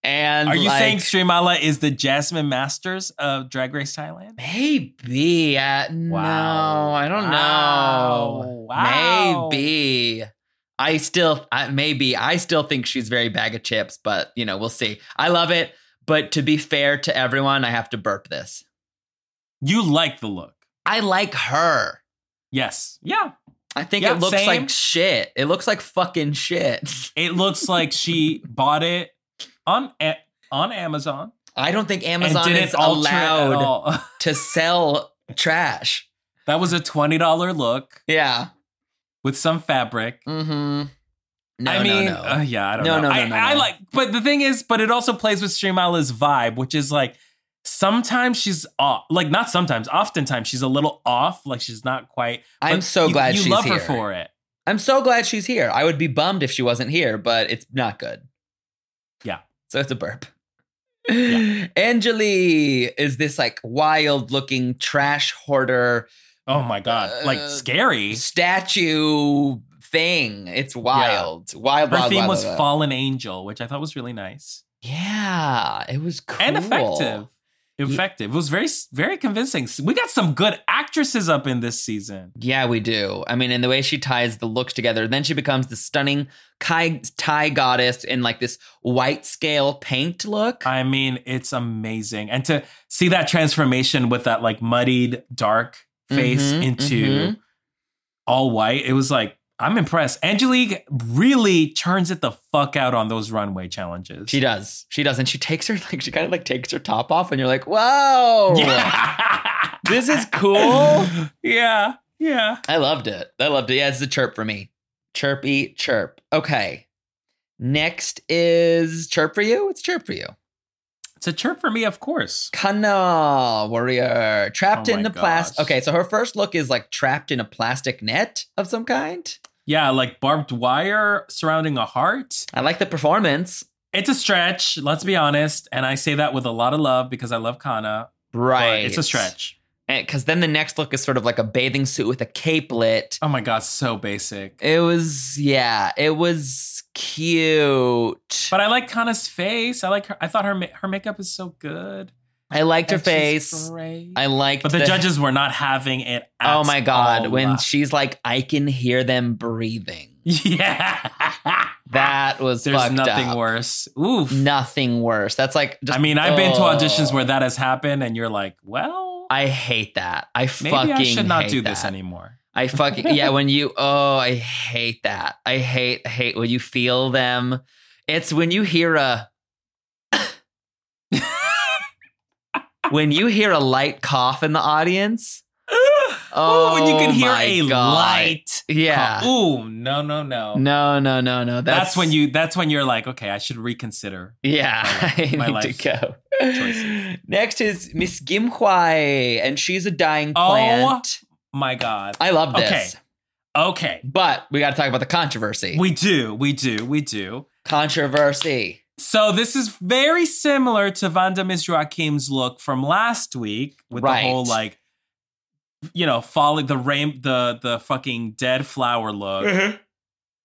And
Are you
like,
saying Streamala is the Jasmine Masters of Drag Race Thailand?
maybe? Uh, No, I don't know.
Wow.
Maybe. I still, I, maybe I still think she's very bag of chips, but you know, we'll see. I love it, but to be fair to everyone, I have to burp this.
You like the look.
I like her.
Yes. Yeah.
I think
Yeah,
it looks
same.
like shit. It looks like fucking shit. (laughs)
It looks like she bought it on A- on Amazon.
I don't think Amazon
and
is
didn't alter it at
allowed
all. (laughs)
to sell trash.
that was a twenty dollar look
Yeah.
with some fabric.
Mm-hmm. No,
I mean,
no, no.
uh, yeah, I don't
No, no,
know.
no,
I,
no,
I
no.
like, but the thing is, but it also plays with Streamala's vibe, which is like sometimes she's off, like not sometimes, oftentimes she's a little off, like she's not quite.
I'm
but
so
you-
glad
you
she's
love
here.
her for it.
I'm so glad she's here. I would be bummed if she wasn't here, but it's not good.
Yeah.
So it's a burp. (laughs) Angeli is this like wild looking trash hoarder
Oh my god, like
Uh,
scary.
statue thing. It's wild. Wild,
Her
wild,
theme
wild,
was
wild, wild.
Fallen Angel, which I thought was really nice
Yeah. It was cool.
and effective. Effective. It was very, very convincing. We got some good actresses up in this season.
Yeah, we do. I mean, and the way she ties the looks together, then she becomes the stunning Kai, Thai goddess in like this white scale paint look.
I mean, it's amazing. And to see that transformation with that like muddied dark face
Mhm,
into
mhm.
all white, it was like, I'm impressed. Angelique really turns it the fuck out on those runway challenges. (laughs)
she does. She does. And she takes her, (laughs) like, she kind of like takes her top off, and you're like, whoa,
Yeah.
this is cool.
(laughs) yeah. Yeah.
I loved it. I loved it. Yeah, it's the chirp for me. Chirpy chirp. Okay. Next is chirp for you. It's chirp for you.
It's a chirp for me, of course.
Kana warrior trapped
Oh
in
my
the plastic.
gosh.
Okay, so her first look is like trapped in a plastic net of some kind.
Yeah, like barbed wire surrounding a heart.
I like the performance.
It's a stretch, let's be honest. And I say that with a lot of love because I love Kana. but
Right.
It's a stretch.
Because then the next look is sort of like a bathing suit with a capelet.
Oh my God, so basic.
It was, yeah, it was cute.
But I like Kana's face. I like her. I thought her ma- her makeup is so good.
I liked her
And she's
face.
great.
I liked
but the, judges were not having it. At
Oh my God.
all. (laughs)
When she's like, I can hear them breathing.
yeah,
That was
there's
fucked
nothing
up.
worse. Oof.
Nothing worse. That's like, just,
I mean, I've been to
ugh.
auditions where that has happened, and you're like, well,
I hate that. I
maybe
fucking
I should not
hate
do this
that. (laughs)
anymore.
I fucking yeah, when
(laughs)
you oh, I hate that. I hate hate when you feel them. It's when you hear
(laughs)
a when you hear a light cough in the audience. Oh,
Ooh, and you can hear
my
a
God.
light.
Yeah.
Ooh, no, no, no.
No, no, no, no.
that's,
That's,
when you. That's when you're like, okay, I should reconsider.
Yeah, (laughs) I
my
need
life
to go.
choices.
(laughs) Next is Miss Gim Hwai, and she's a dying
Oh.
plant.
My God.
I love this.
Okay. Okay.
But we got to talk about the controversy.
We do, we do, we do.
controversy.
So this is very similar to Vanda Miss Joaquim's look from last week with
Right.
the whole like you know, falling the rain the the fucking dead flower look.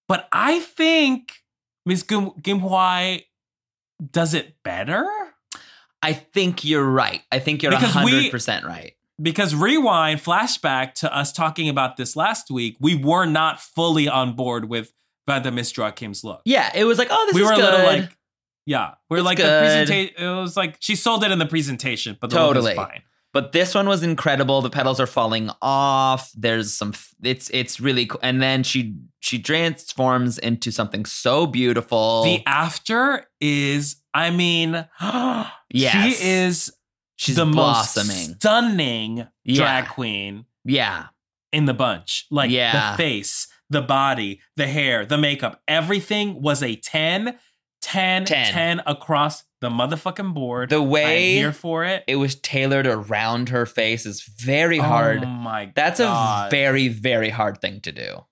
But I think Miss Gim Gimhwai does it better
I think you're right. I think you're
Because we-
100% right.
because rewind flashback to us talking about this last week, we were not fully on board with Vanda Miss Joaquim's look.
Yeah, it was like, oh, this
we
is
were a
good.
little like, yeah, we are
It's
like
good.
the presentation. It was like she sold it in the presentation, but the
Totally.
look is fine.
but this one was incredible. The petals are falling off. There's some. f- It's it's really cool. And then she she transforms into something so beautiful.
The after is, I mean, (gasps)
Yes.
she is
She's
the
blossoming.
most stunning
Yeah.
drag queen
yeah,
in the bunch. Like
Yeah.
the face, the body, the hair, the makeup, everything was a 10, 10,
10.
10 across the motherfucking board.
The
I am
way
here for it.
it was tailored around her face is very hard.
Oh my
That's
God.
a very, very hard thing to do.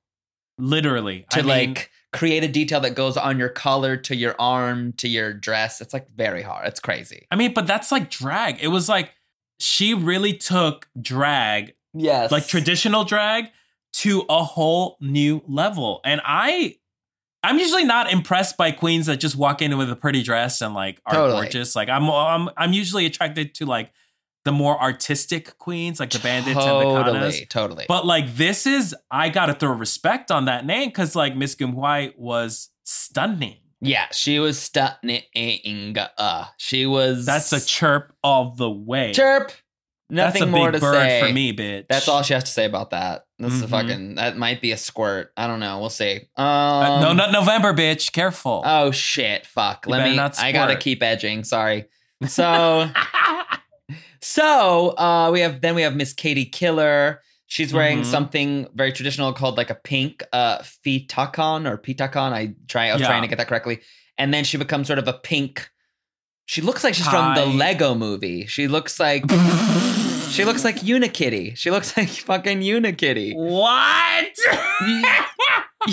literally
To
I mean,
like create a detail that goes on your collar to your arm to your dress. It's like very hard. It's crazy.
I mean, but that's like drag. It was like she really took drag,
Yes.
like traditional drag, to a whole new level. And I, I'm usually not impressed by queens that just walk in with a pretty dress and like are
Totally.
gorgeous. Like I'm, I'm, I'm usually attracted to like the more artistic queens, like the bandits and the
Totally,
kanas.
totally.
But like this is, I gotta throw respect on that name because like Miss Gumhwai was stunning.
yeah, she was stunning. Uh, she was.
That's a chirp all the way.
chirp. Nothing
That's a
more
big
to
bird
say.
for me, bitch. Uh,
That's all she has to say about that. That's a
Mhm.
fucking. That might be a squirt. I don't know. We'll see. Um,
Uh, no, not November, bitch. Careful.
Oh shit! Fuck.
You
Let
better
me.
not
I gotta
squirt.
keep edging.
(laughs)
Sorry. So, so uh, we have then we have Miss Katie Killer. She's wearing
Mhm.
something very traditional called like a pink uh fitacon or pitacon. I try. I was
Yeah.
trying to get that correctly. And then she becomes sort of a pink. She looks like she's from the
Tie.
Lego Movie. She looks
(laughs)
like she looks like Unikitty. She looks (laughs) like fucking Unikitty. (laughs)
what? you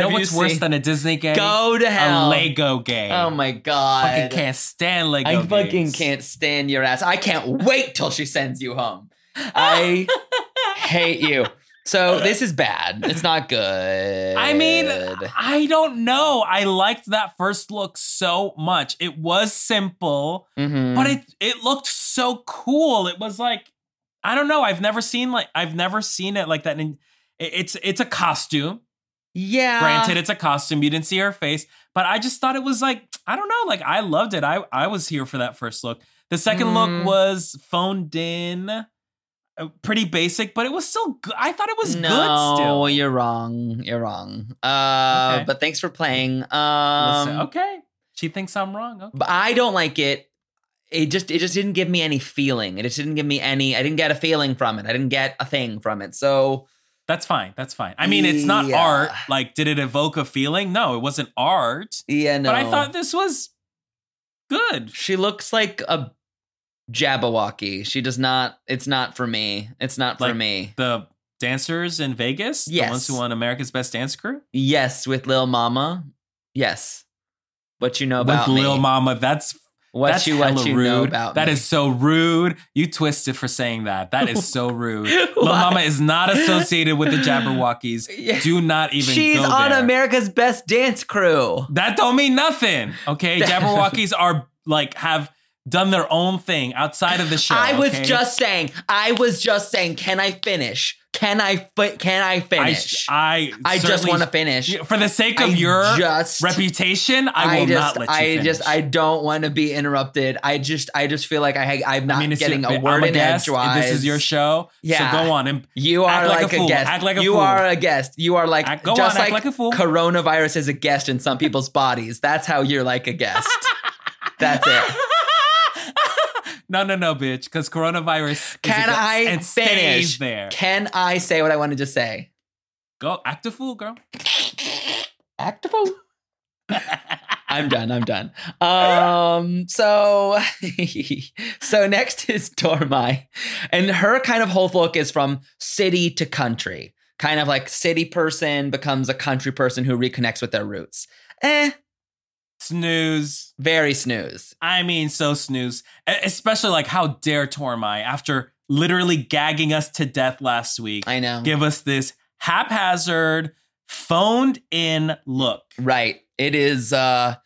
know what's worse than a Disney game?
go to hell?
a Lego game.
Oh my
I
god!
fucking can't stand Lego.
I fucking
games.
can't stand your ass. I can't wait till she sends you home.
(laughs)
I hate you. So this is bad. It's not good.
I mean, I don't know. I liked that first look so much. It was simple,
Mhm.
but it it looked so cool. It was like I don't know. I've never seen like I've never seen it like that. And it- it's it's a costume.
yeah.
Granted, it's a costume. You didn't see her face, but I just thought it was like I don't know. Like I loved it. I I was here for that first look. The second
Mm.
look was phoned in, uh, pretty basic, but it was still. Good. I thought it was
no,
good still.
you're wrong. You're wrong. Uh,
Okay.
but thanks for playing.
Listen,
Um,
okay, she thinks I'm wrong. Okay.
but I don't like it. It just it just didn't give me any feeling. It just didn't give me any. I didn't get a feeling from it. I didn't get a thing from it. So
That's fine. That's fine. I mean, it's not
Yeah.
art. Like, did it evoke a feeling? No, it wasn't art.
yeah, no.
But I thought this was good.
she looks like a Jabberwocky. She does not. It's not for me. It's not for
Like-
me.
The dancers in Vegas,
Yes.
the ones who won America's Best Dance Crew.
Yes, with Lil Mama. Yes. What you know about
With
me?
Lil Mama, that's
What
That's
you what
hella
you
rude.
know about
That
me.
is so rude. You twisted for saying that. That is
(laughs)
so rude. Lil
Why?
Mama is not
(laughs)
associated with the Jabberwockies.
Yeah.
Do not even.
She's
go
on
there.
America's Best Dance Crew.
That don't mean nothing.
(laughs)
Okay, Jabberwockies are like have done their own thing outside of the show.
I was
okay?
just saying. I was just saying. Can I finish? Can I? Fi- can I
I,
finish? I,
I,
just
certainly-
want to finish.
For the sake of
I
your
just-
reputation, I will
just,
not let you
I
finish.
just, I don't want to be interrupted. I just, I just feel like I, I'm not
I mean, it's
getting
your,
a word
I'm a
in
guest, and
edgewise.
This is your show.
Yeah.
So go on and
You are
Act
like,
like
a,
a fool.
guest.
Act like a
you
fool.
are a guest. You are like
Act- go
just
on,
like,
act like a fool.
Coronavirus is a guest in some people's bodies. That's how you're like a guest.
(laughs)
That's it.
No, no, no, bitch. Because coronavirus.
Can
is a-
I finish?
and Stays there.
Can I say what I wanted to say?
Go act a fool, girl.
Act a fool. I'm done. I'm done. Um, so, (laughs) so next is Dormai, and her kind of whole look is from city to country, kind of like city person becomes a country person who reconnects with their roots. Eh,
Snooze.
very snooze.
I mean, so snooze. E- Especially like how dare Tormai, after literally gagging us to death last week,
I know.
give us this haphazard, phoned in look.
Right. It is uh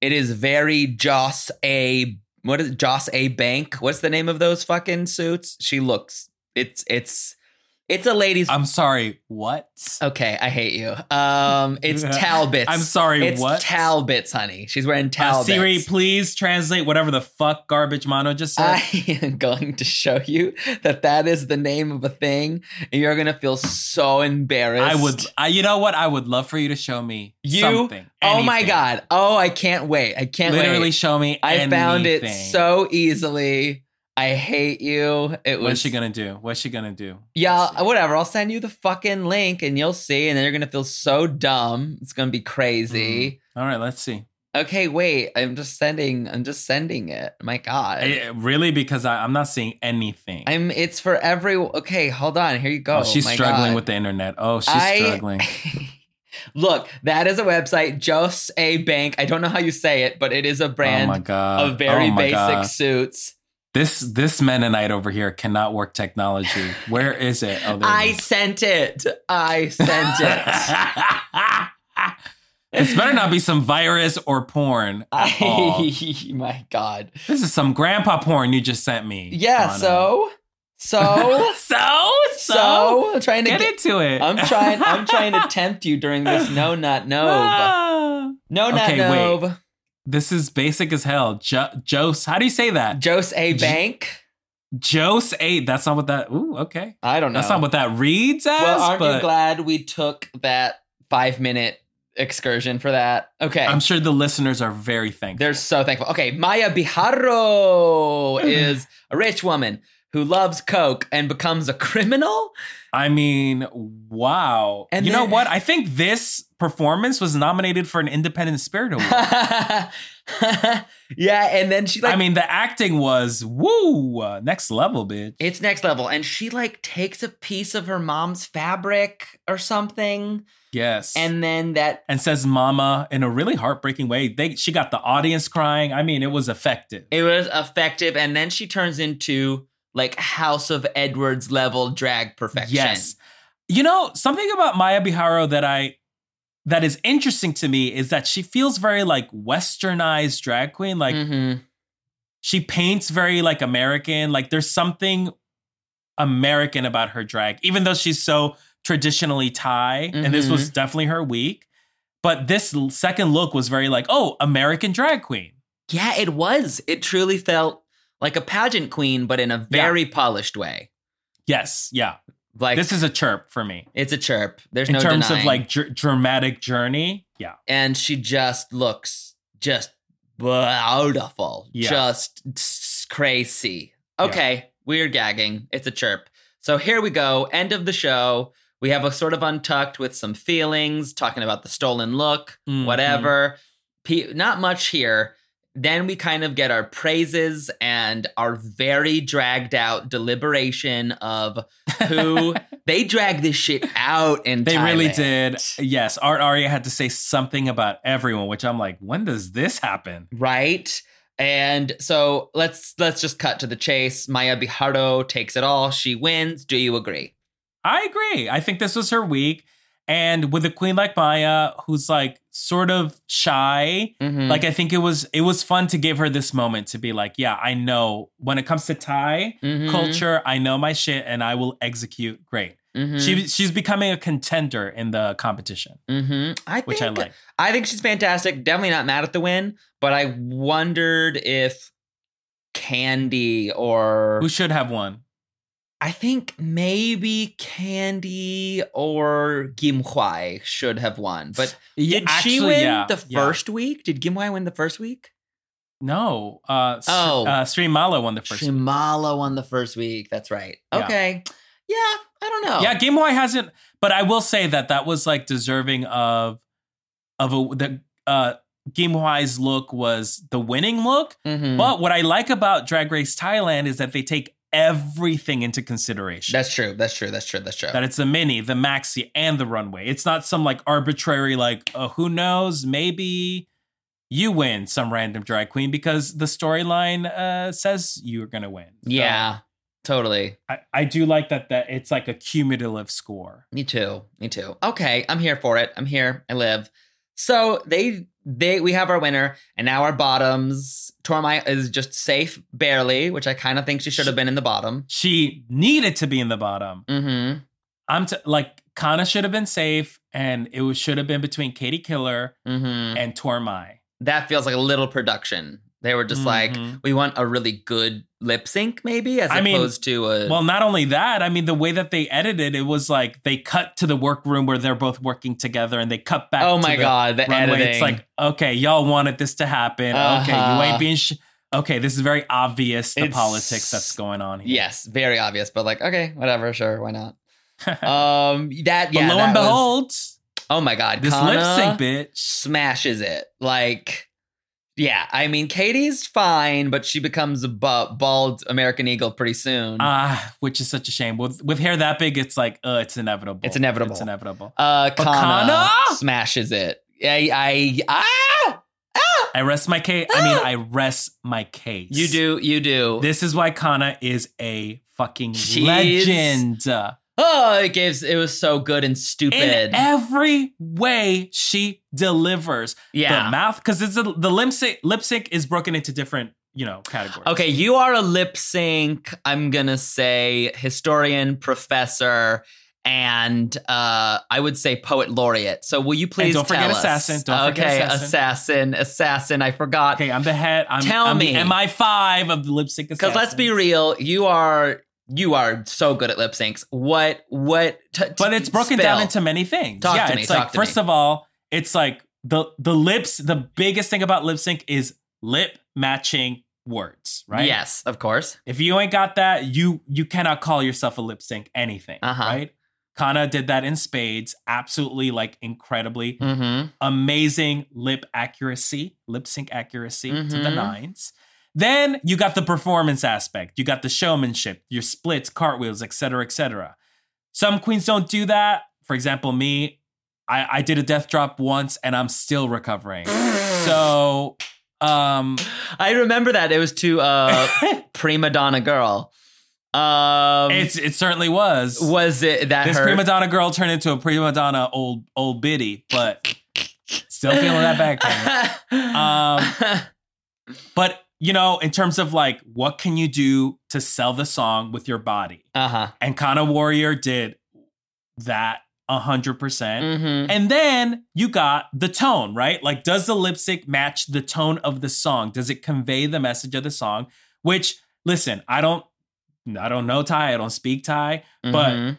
it is very Joss A what is it? Joss A Bank? What's the name of those fucking suits? She looks it's it's it's a lady's
I'm sorry. What? Uh,
Okay, I hate you. Um
(laughs)
it's Talbots.
I'm sorry,
It's
what?
Talbots, honey. She's wearing
Uh,
Talbots. (laughs)
Siri, please translate whatever the fuck garbage Mono just said.
I am going to show you that that is the name of a thing, and you're gonna feel so embarrassed.
I would, I, you know what? I would love for you to show me
You-
something.
Oh my
anything.
god! Oh, I can't wait! I can't wait.
Literally show me.
I found it
anything.
so easily. I hate you. It was
What's she gonna do? What's she gonna do?
Yeah, whatever. I'll send you the fucking link and you'll see, and then you're gonna feel so dumb. It's gonna be crazy.
All right, let's see.
Okay, wait. I'm just sending. I'm just sending it. My God.
Eh, really, because I, I'm not seeing anything.
I'm. It's for every. Okay, hold on. Here you go.
oh, she's
My
struggling
God.
with the internet. Oh, she's
I-
struggling.
Look, that is a website. Just a bank. I don't know how you say it, but it is a
Oh
brand
my god.
of very
oh my
basic
God.
suits.
This this Mennonite over here cannot work technology. Where is it? Oh, there it
I
is.
sent it. I sent it.
(laughs) this better not be some virus or porn.
I,
(laughs) At all.
my God.
This is some grandpa porn you just sent me.
Yeah.
Anna.
So. So.
(laughs) so so
So I'm trying to
get,
get,
into it.
I'm trying. I'm
(laughs)
trying to tempt you during this. No, not
Oh,
no.
Ah.
No, not
Okay,
no.
This is basic as hell. Jo- Jose, how do you say that?
Jose A.
J-
Bank.
Jose eight. That's not what that. Ooh, okay.
I don't know.
That's not what that reads as.
well, aren't
but
you glad we took that five minute excursion for that? Okay.
I'm sure the listeners are very thankful.
They're so thankful. Okay, Maya
(laughs)
Biharro is a rich woman who loves coke and becomes a criminal. (laughs)
I mean, wow.
And
you know
then-
what? I think this performance was nominated for an Independent Spirit Award.
yeah, and then she (laughs) like
I mean, the acting was woo, uh, next level, bitch.
It's next level. And she like takes a piece of her mom's fabric or something.
yes,
And then that
and says "mama" in a really heartbreaking way. They she got the audience crying. I mean, it was effective.
it was effective. And then she turns into like House of Edwards level drag perfection.
Yes. You know, something about Maya Biharo that I that is interesting to me is that she feels very like westernized drag queen. Like
Mhm.
she paints very like American. Like there's something American about her drag, even though she's so traditionally Thai, and this
Mm-hmm.
was definitely her week. But this l- second look was very like, oh, American drag queen.
Yeah, it was. It truly felt like a pageant queen, but in a very polished way.
Yes, yeah.
Like
this is a chirp for me
it's a chirp. There's
in
no
terms
denying.
of like dr- dramatic journey. Yeah,
and she just looks just beautiful,
Yeah.
just s- crazy. Okay, we're gagging. It's a chirp. So here we go. End of the show. We have a sort of untucked with some feelings, talking about the stolen look,
Mhm.
whatever. P- not much here. Then we kind of get our praises and our very dragged out deliberation of
(laughs)
who they drag this shit out in
they really
Thailand.
did. Yes, Art Aria had to say something about everyone, which I'm like, when does this happen?
right and so let's let's just cut to the chase maya bihardo takes it all she wins do you agree
I agree. I think this was her week. And with a queen like Maya, who's like sort of shy,
Mm-hmm.
like I think it was it was fun to give her this moment to be like, yeah, I know when it comes to Thai
Mhm.
culture, I know my shit and I will execute great.
Mhm.
She she's becoming a contender in the competition,
Mhm. i think
mm-hmm. which I like.
i think she's fantastic definitely not mad at the win but i wondered if candy or
Who should have won?
i think maybe candy or gim hwai should have won but
Yeah,
did she
actually,
win
yeah,
the
yeah.
first week did gim hwai win the first week
No. Uh, S-
Oh.
uh, Sri Mala won the first.
Shimala won the first week. That's right.
Yeah.
Okay. Yeah, I don't know.
Yeah, Game Boy hasn't. But I will say that that was like deserving of of a the uh, Game Boy's look was the winning look.
Mhm.
But what I like about Drag Race Thailand is that they take everything into consideration.
that's true. That's true. That's true. That's true.
that it's the mini, the maxi, and the runway. It's not some like arbitrary like uh, who knows maybe. You win some random drag queen because the storyline uh, says you're gonna win. So-
yeah, totally.
I, I do like that that it's like a cumulative score.
Me too. Me too. Okay, I'm here for it. I'm here. I live. So they they we have our winner and now our bottoms. Tormai is just safe barely, which I kind of think she should have been in the bottom.
She needed to be in the bottom.
Mm-hmm.
I'm t- like Kana should have been safe, and it was, should have been between Katie Killer
Mm-hmm.
and Tormai.
That feels like a little production. They were just like,
Mhm.
we want a really good lip sync, maybe, as
I mean,
opposed to a
Well, not only that, I mean the way that they edited it was like they cut to the workroom where they're both working together, and they cut back.
Oh
to
my
the
god, the
runway.
editing.
It's like okay, y'all wanted this to happen. Okay, you
Uh-huh.
ain't being. Sh- Okay, this is very obvious the
It's-
politics that's going on here.
Yes, very obvious, but like, okay, whatever, sure, why
(laughs)
not? um, that
But
yeah,
lo
that
and
was-
behold,
oh my god,
this lip
Kana
sync bitch.
smashes it. Like, yeah, I mean, Katie's fine, but she becomes a bu- bald American Eagle pretty soon.
Ah, which is such a shame. With with hair that big, it's like, uh, it's inevitable.
It's inevitable.
It's inevitable.
Uh, Kana
Kana?
smashes it. I, I, ah, ah!
I rest my case. I mean, I rest my case.
You do, you do.
This is why Kana is a fucking
She's
legend.
oh, it gives. It was so good and stupid.
In every way she delivers. The
yeah.
mouth, because it's a, the lip sync, lip sync is broken into different, you know, categories.
Okay, you are a lip sync. I'm gonna say historian, professor, and uh, I would say poet laureate. So will you please
don't forget
tell us?
assassin. Don't forget
okay,
assassin.
assassin, assassin. I forgot.
Okay, I'm the head. I'm,
Tell
I'm
me.
the MI5 of the lip sync.
Because let's be
assassins.
real, you are you are so good at lip syncs. What what? T- t-
But it's broken
spill.
down into many things.
Talk
yeah,
to me,
it's
talk
like
to
first
me.
of all, it's like the the lips. The biggest thing about lip sync is lip matching words, right?
Yes, of course.
If you ain't got that, you you cannot call yourself a lip sync anything,
Uh-huh.
right? Kana did that in spades. Absolutely, like incredibly
Mm-hmm.
amazing lip accuracy, lip sync accuracy to the
Mhm.
nines. Then you got the performance aspect. You got the showmanship, your splits, cartwheels, et cetera, et cetera. Some queens don't do that. For example, me, I, I did a death drop once and I'm
(laughs)
still recovering. so, um,
I remember that it was to
(laughs)
uh, prima donna girl. Um,
it's, it certainly was.
was it that
this
hurt?
prima donna girl turned into a prima donna old old biddy, but still feeling that back pain.
(laughs)
Um, But you know, in terms of like what can you do to sell the song with your body?
uh huh.
And Kana Warrior did that a hundred percent.
Mm-hmm.
And then you got the tone, right? Like, does the lip sync match the tone of the song? Does it convey the message of the song? Which, listen, I don't, I don't know Thai. I don't speak Thai. But
mm-hmm.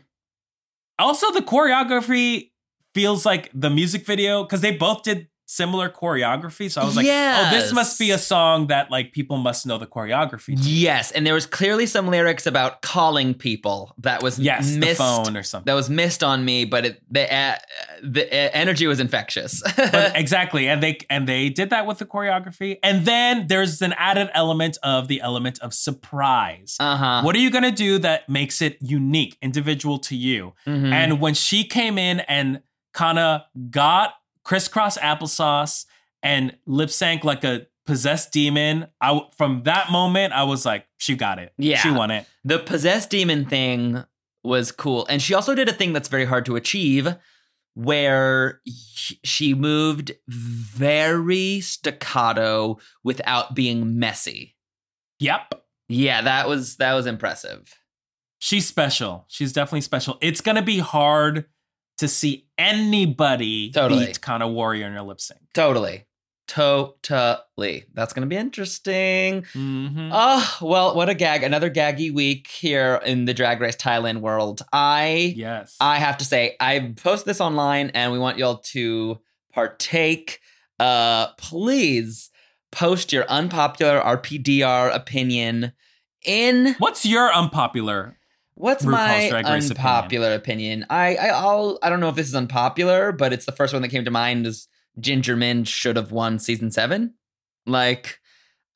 Also, the choreography feels like the music video because they both did similar choreography. So I was like, oh,
Yes.
this must be a song that like people must know the choreography. To.
yes, and there was clearly some lyrics about calling people that was
Yes, the
missed.
phone or something.
That was missed on me, but it, the uh, the uh, energy was infectious. (laughs)
But exactly, and they and they did that with the choreography. And then there's an added element of the element of surprise.
uh huh.
What are you going to do that makes it unique, individual to you?
Mm-hmm.
And when she came in and kind of got crisscross applesauce and lip sank like a possessed demon, I w- from that moment I was like, she got it.
Yeah.
she won it.
the possessed demon thing was cool, and she also did a thing that's very hard to achieve, where sh- she moved very staccato without being messy.
Yep,
Yeah, that was that was impressive.
she's special. She's definitely special. It's going to be hard to see anybody
Totally.
beat kind of warrior in her lip sync.
Totally. Totally. That's going to be interesting.
Mm-hmm.
Oh, well, what a gag. Another gaggy week here in the Drag Race Thailand world. I
yes,
I have to say, I post this online and we want y'all to partake. Uh please post your unpopular RPDR opinion in
what's your unpopular?
What's
RuPaul's
my
Drag Race opinion.
unpopular opinion? I, I I'll I don't know if this is unpopular, but it's the first one that came to mind is Ginger Min should have won season seven. Like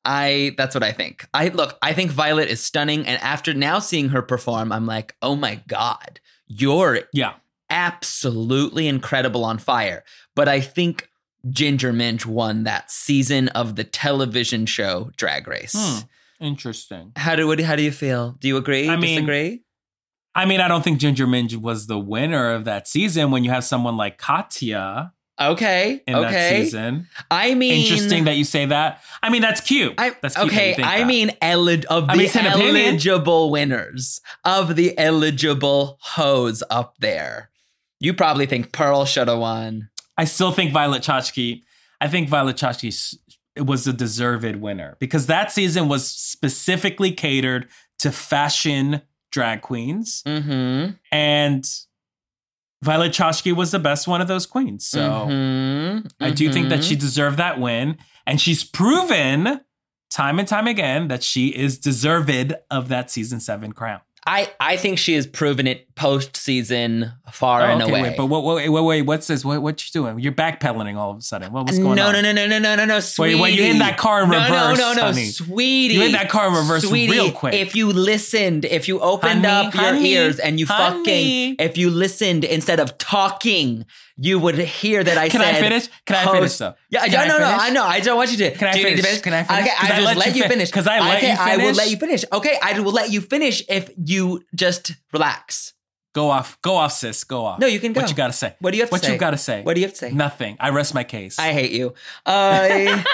I that's what I think. I look, I think Violet is stunning, and after now seeing her perform, I'm like, oh my god, you're
Yeah,
absolutely incredible on fire. But I think Ginger Minj won that season of the television show Drag Race.
Hmm. interesting.
How do what, do- how do you feel? Do you agree?
I mean,
disagree?
I mean, I don't think Ginger Minj was the winner of that season when you have someone like Katya
Okay.
in
okay.
that season.
I mean,
Interesting that you say that. I mean, that's cute.
I,
that's cute that
okay.
you think
I
that.
mean, elig- of
I mean, it's
the
an opinion.
eligible winners of the eligible hoes up there. You probably think Pearl should have won.
I still think Violet Chachki, I think Violet Chachki s- was a deserved winner because that season was specifically catered to fashion drag queens.
Mm-hmm.
And Violet Chachki was the best one of those queens. So.
Mhm.
Oh. I do think that
Mhm.
she deserved that win. And she's proven time and time again that she is deserved of that season seven crown.
I, I think she has proven it postseason far and away.
Oh, wait, but what, wait, wait, wait, what's this? What, what you doing? You're backpedaling all of a sudden. What was going
no,
on?
no, no, no, no, no, no, no, sweetie.
Wait, wait, you hit that car in
No,
reverse,
No, no, no,
honey.
sweetie.
You hit that car in reverse
sweetie,
real quick.
If you listened, if you opened
Honey,
up
honey,
your ears and you
honey.
fucking, if you listened instead of talking, you would hear that I
Can I
said.
finish? Can I finish,
post-
though?
Yeah,
Can
no,
I
no, no.
finish?
I know. I don't want you to.
Can I
Do you need to
finish? Can I finish?
Okay,
'Cause
I
I
just
let
let,
you
you
fin-
finish.
'cause I let
okay,
you
I will
finish.
let you finish. Okay, I will let you finish if you just relax.
Go off, go off, sis. Go off.
No, you can go.
What you gotta say?
What do you have to
what
say?
you gotta say?
What do you have to say?
Nothing. I rest my case.
I hate you. I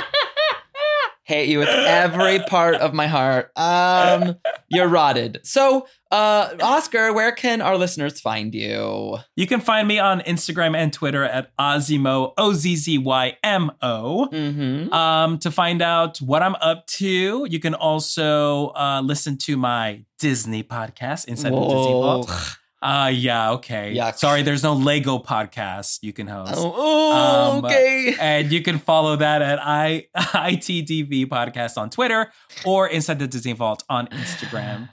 hate you with every part of my heart. Um, you're rotted. So, uh, Oscar, where can our listeners find you?
you can find me on Instagram and Twitter at Ozzymo O Z Z Y M O.
Mm-hmm.
um, to find out what I'm up to. You can also uh, listen to my Disney podcast, Inside the Disney Vault. Uh, yeah, okay.
Yuck.
Sorry, there's no Lego podcast you can host.
Oh,
Um,
okay.
And you can follow that at I- (laughs) ITDV podcast on Twitter or Inside the Disney Vault
(sighs)
on Instagram.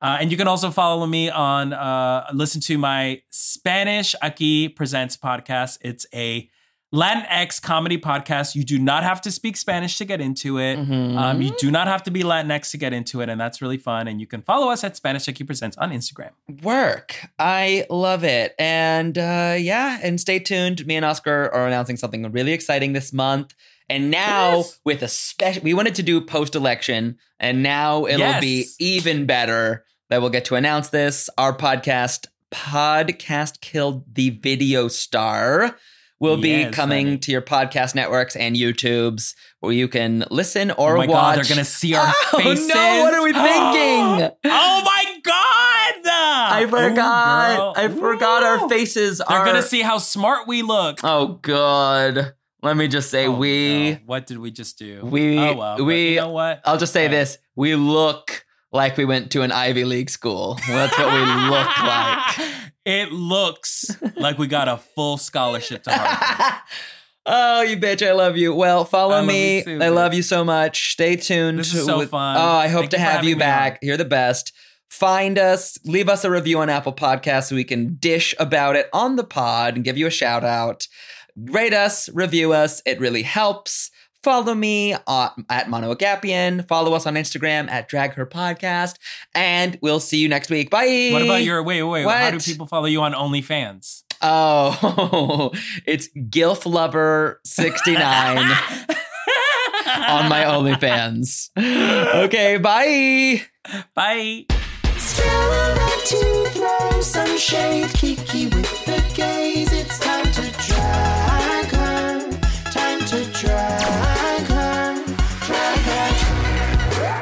Uh, and you can also follow me on, uh, listen to my Spanish Aki Presents podcast. It's a Latinx comedy podcast. You do not have to speak Spanish to get into it.
Mm-hmm.
Um, you do not have to be Latinx to get into it. And that's really fun. And you can follow us at Spanish Aki Presents on Instagram.
Work. I love it. And uh, yeah, and stay tuned. Me and Oscar are announcing something really exciting this month. And now with a special, we wanted to do post election, and now it'll
Yes.
be even better that we'll get to announce this. Our podcast, Podcast Killed the Video Star, will be
Yes,
coming
honey.
to your podcast networks and YouTubes where you can listen or
oh my
watch.
God, they're going to see our
Oh, no,
faces.
what
(gasps)
are we thinking?
oh my God.
I forgot. I forgot our
faces.
faces
They're
are
going to see how smart we look.
Oh God. Let me just say
Oh,
we
no. What did we just do?
we-
Oh, well, but
we-
You know what?
I'll just say
Okay.
this. We look like we went to an Ivy League school. That's what we
(laughs)
look like.
(laughs) It looks like we got a full scholarship to Harvard.
(laughs) oh, you bitch, I love you. Well, follow
I love
me.
you too,
I
bitch.
love you so much. Stay tuned.
This is so fun.
Oh, I hope
Thank
to
you for
have
having
you
me
back. You're the best. Find us, leave us a review on Apple Podcasts so we can dish about it on the pod and give you a shout out. Rate us, review us. It really helps. Follow me at, at Mono Agapian. Follow us on Instagram at Drag Her Podcast. And we'll see you next week. Bye. (laughs)
What about your wait, wait, how do
What?
people follow you on OnlyFans?
Oh, (laughs) it's Gilf Lover 69 on my OnlyFans. Okay, bye.
Bye.
Still around to throw some shade, Kiki with the gaze. It's time to drag her, time to drag her, drag her.